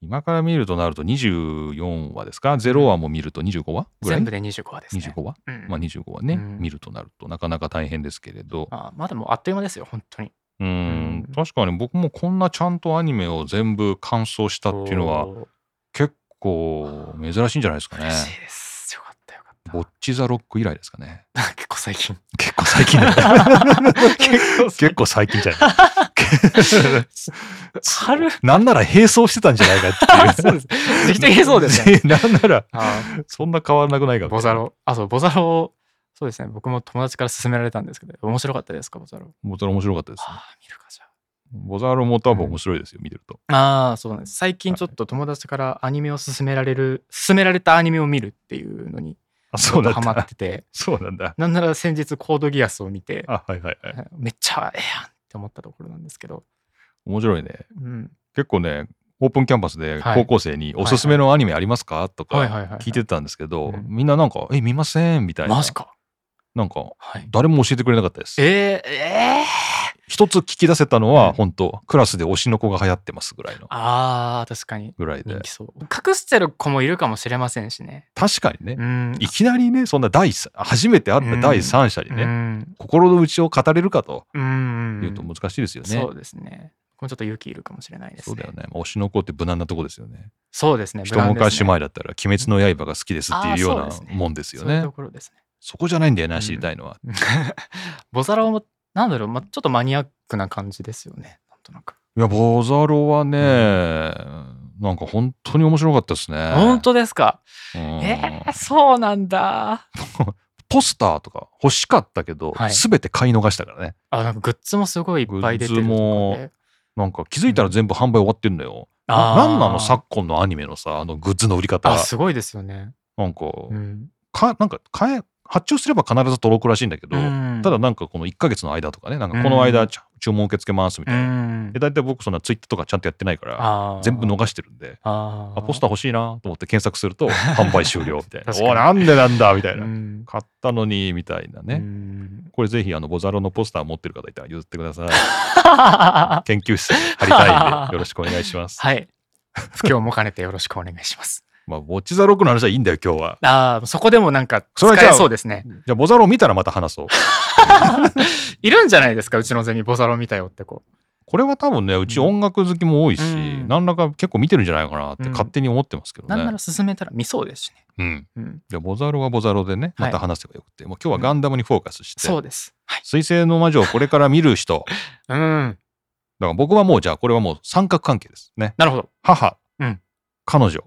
Speaker 1: 今から見るとなると24話ですか0話も見ると25話ぐらい
Speaker 2: 全部で25話ですね
Speaker 1: 25話
Speaker 2: うん
Speaker 1: まあ25話ね、
Speaker 2: うん
Speaker 1: 見るとなるとなかなか大変ですけれど
Speaker 2: あーまあでもあっという間ですよ本当に
Speaker 1: うーん
Speaker 2: うん
Speaker 1: 確かに僕もこんなちゃんとアニメを全部完走したっていうのは
Speaker 2: おー
Speaker 1: 結構珍しいんじゃないですかね
Speaker 2: 嬉。しいですよかったよかった
Speaker 1: ボッチ・ザ・ロック以来ですかね。
Speaker 2: 結構 最近
Speaker 1: 結構最近だ 結構最近じゃない
Speaker 2: 春
Speaker 1: なんなら並走してたんじゃないかっていう。
Speaker 2: そうです時期的にそうで すね
Speaker 1: なんなら
Speaker 2: あー
Speaker 1: そんな変わらなくないか
Speaker 2: ボザ。ロあそうボザロそうですね僕も友達から勧められたんですけど面白かったですかボザロ
Speaker 1: ボザロ面白かったですね。
Speaker 2: ああ見るかじゃあ
Speaker 1: ボザロも多分面白いですよ、見てると。
Speaker 2: ああそうなんです最近ちょっと友達からアニメを勧められる勧められたアニメを見るっていうのに
Speaker 1: あ、
Speaker 2: ちょっと
Speaker 1: だ
Speaker 2: ハマっ。てて
Speaker 1: そうなんだ。
Speaker 2: なんなら先日コードギアスを見て
Speaker 1: あ、はいはいはい。
Speaker 2: めっちゃええやんって思ったところなんですけど
Speaker 1: 面白いね。
Speaker 2: うん、
Speaker 1: 結構ね、オープンキャンパスで
Speaker 2: はい
Speaker 1: 高校生におすすめのアニメありますかと
Speaker 2: はいはい
Speaker 1: か
Speaker 2: はいはい
Speaker 1: 聞いてたんですけど
Speaker 2: う、ん
Speaker 1: みんななんか、え、見ませんみたいな。
Speaker 2: マジか、
Speaker 1: なんか、
Speaker 2: はい、
Speaker 1: 誰も教えてくれなかったです。
Speaker 2: えー、えー、
Speaker 1: 一つ聞き出せたの
Speaker 2: うん
Speaker 1: は、本当クラスで推しの子が流行ってますぐらいの。
Speaker 2: あー確かに
Speaker 1: ぐらいで
Speaker 2: 人。気そう隠してる子もいるかもしれませんしね
Speaker 1: 確かにね
Speaker 2: う、ん
Speaker 1: いきなりね、そんな第三初めて会った第三者に
Speaker 2: う
Speaker 1: ね、
Speaker 2: ん
Speaker 1: 心の内を語れるかと
Speaker 2: うん
Speaker 1: いうと難しいですよね。
Speaker 2: そうですねこれちょっと勇気いるかもしれないです
Speaker 1: そう
Speaker 2: ね
Speaker 1: だよね。まあ推しの子って無難なとこですよね。
Speaker 2: そうですね
Speaker 1: 一昔
Speaker 2: 無
Speaker 1: 前だったら、鬼滅の刃が好きですっていうよう
Speaker 2: あー
Speaker 1: な
Speaker 2: そうですね
Speaker 1: もんですよね
Speaker 2: 難ですねそういうと。ころですね
Speaker 1: そこじゃないんだよ
Speaker 2: うん
Speaker 1: な、知りたいのは。
Speaker 2: ボザロもなんだろう、ま、ちょっとマニアックな感じですよねなんとなく、
Speaker 1: いや、ボザロはね、
Speaker 2: う
Speaker 1: なんか本当に面白かったですね。
Speaker 2: 本当ですか
Speaker 1: うん
Speaker 2: えー、そうなんだ
Speaker 1: ポスターとか欲しかったけど、
Speaker 2: はい
Speaker 1: すべて買い逃したからね。
Speaker 2: あなんかグッズもすごいいっぱい出てると
Speaker 1: グッズ
Speaker 2: か
Speaker 1: も
Speaker 2: で
Speaker 1: なんか気づいたら全部販売終わってんだよ。
Speaker 2: あー
Speaker 1: なんなの昨今のアニメのさ、あのグッズの売り方。
Speaker 2: あすごいですよね、
Speaker 1: なんか、
Speaker 2: うん
Speaker 1: かなんか買え発注すれば必ず届くらしいんだけど、
Speaker 2: うん
Speaker 1: ただなんかこの1ヶ月の間とかね、なんかこ
Speaker 2: うん
Speaker 1: の間ちゃ注文受け付けますみたいな。
Speaker 2: うん
Speaker 1: で、大体僕そんなツイッターとかちゃんとやってないから、
Speaker 2: あー
Speaker 1: 全部逃してるんで、
Speaker 2: あ
Speaker 1: あ、ポスター欲しいなと思って検索する と、販売終了みたいな。
Speaker 2: 確かに
Speaker 1: おなんでなんだみたい
Speaker 2: ー
Speaker 1: な。
Speaker 2: うん
Speaker 1: 買ったのにみたいなね。
Speaker 2: うん
Speaker 1: これぜひあのボザロのポスター持ってる方いたら譲ってく ださい。
Speaker 2: は
Speaker 1: 研究室に貼りたいんでよろしくお願いします。
Speaker 2: い。不況も兼ねてよろしくお願いします。
Speaker 1: まあボチザロックの話はいいんだよ今日は。
Speaker 2: ああ、そこでもなんか
Speaker 1: それは
Speaker 2: 使
Speaker 1: じゃ
Speaker 2: え
Speaker 1: あ
Speaker 2: そうですね。
Speaker 1: じゃあボザロを見たらまた話そう。
Speaker 2: いるんじゃないですか、うちのゼミ、ボサロ見たよって子。
Speaker 1: これは多分ねうち音楽好きも多いし、
Speaker 2: うん
Speaker 1: 何らか結構見てるんじゃないかなって
Speaker 2: うん
Speaker 1: 勝手に思ってますけど
Speaker 2: なんな
Speaker 1: ね
Speaker 2: ら。進めたら見そうですしね。
Speaker 1: うん。
Speaker 2: うん、
Speaker 1: じゃあボザロはボザロでね
Speaker 2: は
Speaker 1: ま
Speaker 2: い
Speaker 1: た話せばよくて、もう今日はガンダムにフォーカスして。
Speaker 2: そうです。はい。
Speaker 1: 水星の魔女をこれから見る人。だ
Speaker 2: うん。
Speaker 1: から僕はもうじゃあこれはもう三角関係ですね。
Speaker 2: なるほど。
Speaker 1: 母、
Speaker 2: うん
Speaker 1: 彼女、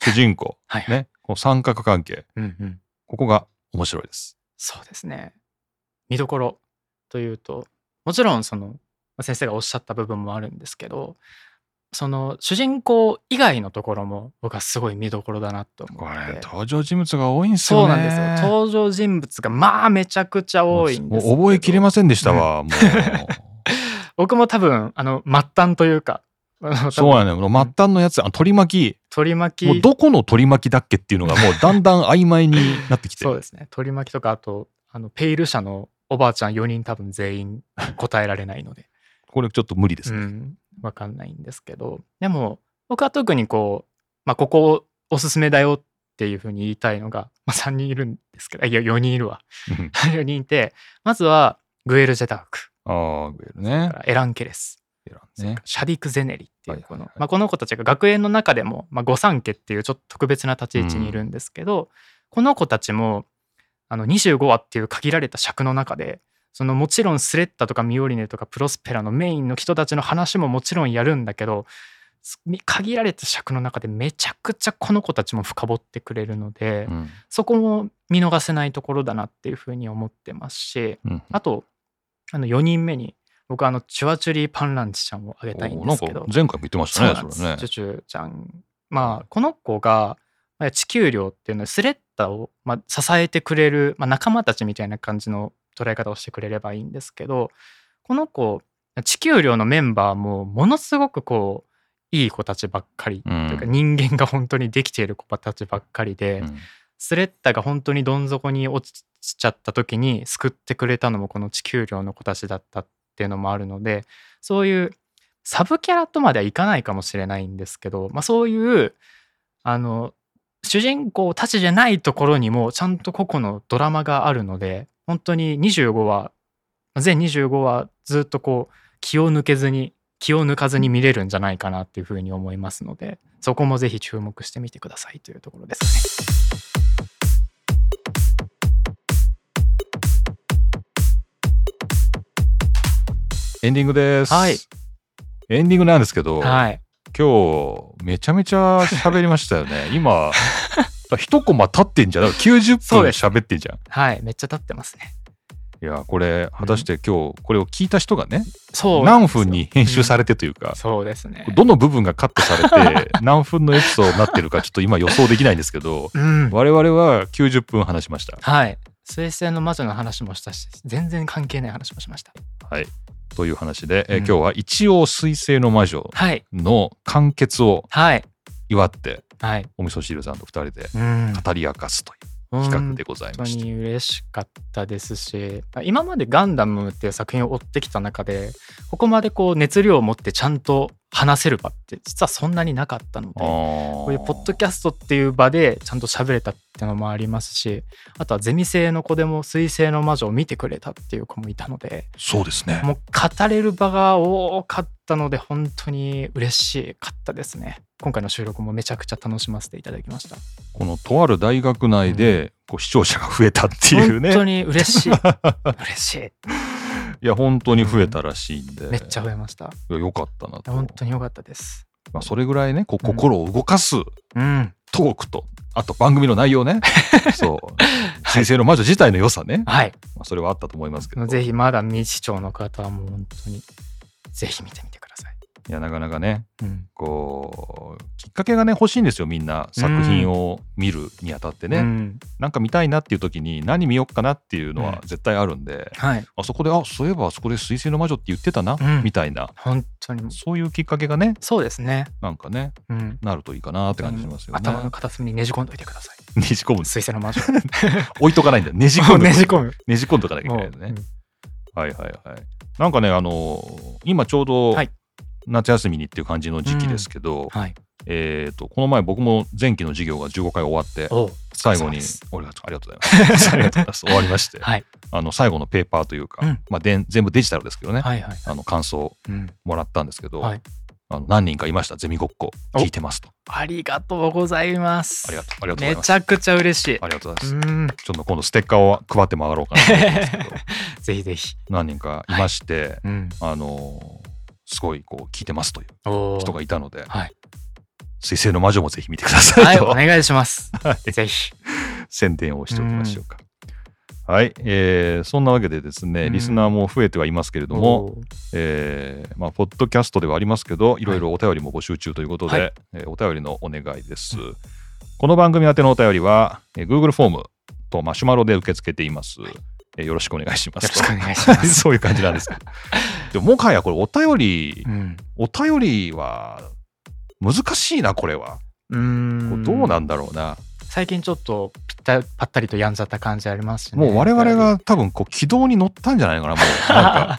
Speaker 1: 主人公、
Speaker 2: はい。
Speaker 1: ね。この三角関係。
Speaker 2: うんうん。
Speaker 1: ここが面白いです。
Speaker 2: そうですね。見どころというと、もちろんそのまあ先生がおっしゃった部分もあるんですけど、その主人公以外のところも僕はすごい見どころだなと思
Speaker 1: こ
Speaker 2: っ
Speaker 1: れ
Speaker 2: て。
Speaker 1: 登場人物が多いんです
Speaker 2: そう
Speaker 1: よね。
Speaker 2: なんですよ。登場人物がまあめちゃくちゃ多いんですけど。
Speaker 1: もう覚えきれませんでしたわ。も う
Speaker 2: 僕も多分あの末端というか、あの
Speaker 1: そうやね。もう末端のやつ、あの取り巻
Speaker 2: 取り巻
Speaker 1: き、
Speaker 2: き。
Speaker 1: もうどこの取り巻きだっけっていうのがもうだんだん曖昧になってきて
Speaker 2: そう
Speaker 1: る。
Speaker 2: ですね。取り巻きとかあとあのペイル社のおばあちゃん4人多分全員答えられないので、
Speaker 1: これちょっと無理です
Speaker 2: う
Speaker 1: ね。
Speaker 2: ん、わかんないんですけど、でも僕は特にこう、まあここおすすめだよっていうふうに言いたいのが、まあ3人いるんですけど、あいや4人いるわ。
Speaker 1: うん
Speaker 2: 4人いて、まずはグエル・ジェターク、
Speaker 1: ああ、グエルね。
Speaker 2: エラン・ケレス。
Speaker 1: 選んでね
Speaker 2: シャディク・ゼネリってい
Speaker 1: は
Speaker 2: う
Speaker 1: い
Speaker 2: こ
Speaker 1: はい
Speaker 2: の,、
Speaker 1: はい
Speaker 2: まあ、この子たちが学園の中でも、まあ、御三家っていうちょっと特別な立ち位置にいるんですけど、この子たちもあの25話っていう限られた尺の中でそのもちろんスレッタとかミオリネとかプロスペラのメインの人たちの話ももちろんやるんだけどす限られた尺の中でめちゃくちゃこの子たちも深掘ってくれるので、
Speaker 1: うん
Speaker 2: そこも見逃せないところだなっていうふうに思ってますし
Speaker 1: うん
Speaker 2: あとあの4人目に僕はあのチュワチュリーパンランチちゃんをあげたいん
Speaker 1: お
Speaker 2: で
Speaker 1: なん
Speaker 2: す
Speaker 1: か
Speaker 2: けど
Speaker 1: 前回も言ってまし
Speaker 2: そう
Speaker 1: た
Speaker 2: なん
Speaker 1: ね、
Speaker 2: です
Speaker 1: それね
Speaker 2: チュ。チュちゃんまあこの子がまあ地球寮っていうのはスレッタをまあ支えてくれる、まあ、仲間たちみたいな感じの捉え方をしてくれればいいんですけどこの子地球寮のメンバーもものすごくこういい子たちばっかり、
Speaker 1: うん
Speaker 2: というか人間が本当にできている子たちばっかりで、
Speaker 1: うん
Speaker 2: スレッタが本当にどん底に落ちちゃった時に救ってくれたのもこの地球寮の子たちだったっていうのもあるのでそういうサブキャラとまではいかないかもしれないんですけど、まあ、そういうあの主人公たちじゃないところにもちゃんと個々のドラマがあるので本当に25話全25話ずっとこう気を抜けずに気を抜かずに見れるんじゃないかなっていうふうに思いますのでそこもぜひ注目してみてくださいというところですかね。
Speaker 1: エンディングです。
Speaker 2: はい
Speaker 1: エンディングなんですけど、
Speaker 2: はい、
Speaker 1: 今日めちゃめちゃ喋りましたよ ね。今、一コマ経ってんじゃん。だから90
Speaker 2: そう
Speaker 1: 分
Speaker 2: です
Speaker 1: 喋ってんじゃん。
Speaker 2: はい、めっちゃ経ってますね。
Speaker 1: いやこれ果たして今日これを聞いた人がね、
Speaker 2: そうな
Speaker 1: 何
Speaker 2: んですよ
Speaker 1: 分に編集されてというか、
Speaker 2: そうですね。
Speaker 1: どの部分がカットさ れて何分のエピソードになってるかちょっと今予想できないんですけど
Speaker 2: うん、
Speaker 1: 我々は90分話しました。
Speaker 2: はい。水星の魔女の話もしたし、全然関係ない話もしました。
Speaker 1: はい、という話で、えー
Speaker 2: うん
Speaker 1: 今日は一応水星の魔女
Speaker 2: はい
Speaker 1: の完結を
Speaker 2: はい
Speaker 1: 祝って
Speaker 2: はい
Speaker 1: お味噌汁さんと二人で
Speaker 2: うん
Speaker 1: 語り明かすという企画でございま
Speaker 2: 本当
Speaker 1: した。
Speaker 2: に嬉しかったですし今まで「ガンダム」っていう作品を追ってきた中でここまでこう熱量を持ってちゃんと話せる場って実はそんなになかったのでこ
Speaker 1: こ
Speaker 2: ういうポッドキャストっていう場でちゃんと喋れたっていうのもありますしあとはゼミ生の子でも水星の魔女を見てくれたっていう子もいたので
Speaker 1: そうですね。
Speaker 2: もう語れる場が多かったので本当に嬉しかったですね今回の収録もめちゃくちゃ楽しませていただきました
Speaker 1: このとある大学内でこう視聴者が増えたっていうね。
Speaker 2: 本当に 嬉しい嬉しい
Speaker 1: いや本当に増えたらしいんで、
Speaker 2: めっちゃ増えました。
Speaker 1: いや良かったなと。
Speaker 2: 本当に良かったです。
Speaker 1: まあそれぐらいねこう
Speaker 2: うん
Speaker 1: 心を動かす
Speaker 2: うん。
Speaker 1: トークと、あと番組の内容 ね。そう。水星の魔女自体の良さね。
Speaker 2: はい。
Speaker 1: まあそれはあったと思いますけど。
Speaker 2: ぜ
Speaker 1: ひ。
Speaker 2: ひまだ未視聴の方はもう本当にぜひ見てみてください。
Speaker 1: いやなかなかね
Speaker 2: うん。
Speaker 1: こうきっかけがね欲しいんですよみんな作品を見るにあたってね、
Speaker 2: うん
Speaker 1: なんか見たいなっていう時に何見よっかなっていうのは絶対あるんで、
Speaker 2: はい。
Speaker 1: あそこであそういえばあそこで「水星の魔女」って言ってたな、
Speaker 2: うん
Speaker 1: みたいな
Speaker 2: 本当に
Speaker 1: そういうきっかけがね
Speaker 2: そうですね。
Speaker 1: なんかね
Speaker 2: うん。
Speaker 1: なるといいかなって感じしますよね。
Speaker 2: 頭の片隅にねじ込んでおいてください。
Speaker 1: ねじ込む
Speaker 2: 水星の魔女。
Speaker 1: 置いとかないんだよねじ込む
Speaker 2: ねじ込む。
Speaker 1: ねじ込んとかなきゃいけ
Speaker 2: も
Speaker 1: な
Speaker 2: う
Speaker 1: いんだね。はいはいはい。なんかねあのー今ちょうど
Speaker 2: はい
Speaker 1: 夏休みにっていう感じの時期ですけど、
Speaker 2: はい。
Speaker 1: えー、とこの前僕も前期の授業が15回終わって
Speaker 2: おう
Speaker 1: 最後
Speaker 2: そう
Speaker 1: に
Speaker 2: です
Speaker 1: 俺がありがとうございますありがとうございます終わりまして、
Speaker 2: はい。
Speaker 1: あの最後のペーパーというか、
Speaker 2: うん
Speaker 1: まあ、でん全部デジタルですけどね、
Speaker 2: はいはい。
Speaker 1: あの感想を
Speaker 2: うん。
Speaker 1: もらったんですけど、
Speaker 2: はい
Speaker 1: あの何人かいましたゼミごっこ
Speaker 2: お
Speaker 1: 聞いてますと
Speaker 2: ありがとうございます。
Speaker 1: ありがとうありがとうござい
Speaker 2: め
Speaker 1: ま
Speaker 2: ち
Speaker 1: す
Speaker 2: ゃくちゃ嬉しい。
Speaker 1: ありがとうございます、
Speaker 2: うん。
Speaker 1: ちょっと今度ステッカーを配って回ろうかな と思うんですけど
Speaker 2: ぜひぜひ。
Speaker 1: 何人かいまして、
Speaker 2: うん。
Speaker 1: あのーすごいこう聞いてますという
Speaker 2: おー
Speaker 1: 人がいたので
Speaker 2: はい。
Speaker 1: 「水星の魔女」もぜひ見てくださ
Speaker 2: はいい。
Speaker 1: と、
Speaker 2: お願いします。
Speaker 1: はい
Speaker 2: ぜひ。
Speaker 1: 宣伝をしておきましょうか。はい、えーそんなわけでですね、
Speaker 2: うん
Speaker 1: リスナーも増えてはいますけれども、えーまあ、ポッドキャストではありますけど、いろいろお便りも募集中ということで、
Speaker 2: はい
Speaker 1: えーお便りのお願いです。この番組宛てのお便りは、えー Google フォームとマシュマロで受け付けています。えーよろしくお願いします。
Speaker 2: よろしくお願いします
Speaker 1: そういう感じなんです けど。でももはやこれ、お便り
Speaker 2: う、ん。
Speaker 1: お便りは難しいな、これは。
Speaker 2: うーん
Speaker 1: どうなんだろうな。
Speaker 2: 最近ちょっとぴった ぱったりとやんじゃった感じありますしね
Speaker 1: もう我々が多分こう軌道に乗ったんじゃないかな、もう。なんか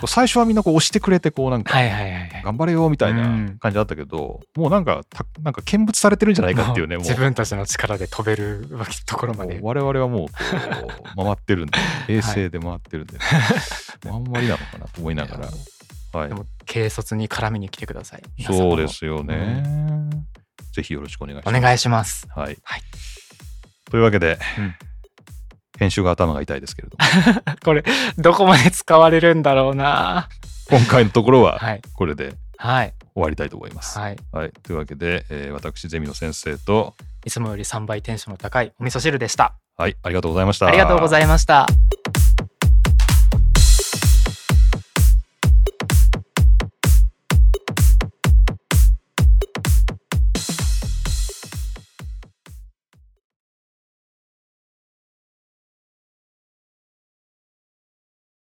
Speaker 1: こう最初はみんなこう押してくれて、こうなんか
Speaker 2: はいはいはいはい
Speaker 1: 頑張れよみたいうなん感じだったけど、もうなんかた、なんか見物されてるんじゃないかっていうね、
Speaker 2: も
Speaker 1: もう。
Speaker 2: 自分たちの力で飛べるところまで
Speaker 1: もう我々はもうこう回って るんで、衛星で回ってるん で、もうあんまりなのかなと思いなが
Speaker 2: いや
Speaker 1: ら。はい
Speaker 2: で。も軽率に絡みに来てください皆様も
Speaker 1: そうですよね。ぜひよろしくお願いし
Speaker 2: お
Speaker 1: ます。
Speaker 2: 願いします
Speaker 1: はい。
Speaker 2: はい
Speaker 1: というわけで、
Speaker 2: うん
Speaker 1: 編集が頭が痛いですけれど
Speaker 2: これどこまで使われるんだろうな
Speaker 1: も、 今回のところは
Speaker 2: はい
Speaker 1: これで
Speaker 2: はい
Speaker 1: 終わりたいと思います。
Speaker 2: はい
Speaker 1: はい、というわけで、えー私ゼミの先生と
Speaker 2: いつもより3倍テンションの高いお味噌汁でした
Speaker 1: はいありがとうございました。
Speaker 2: ありがとうございました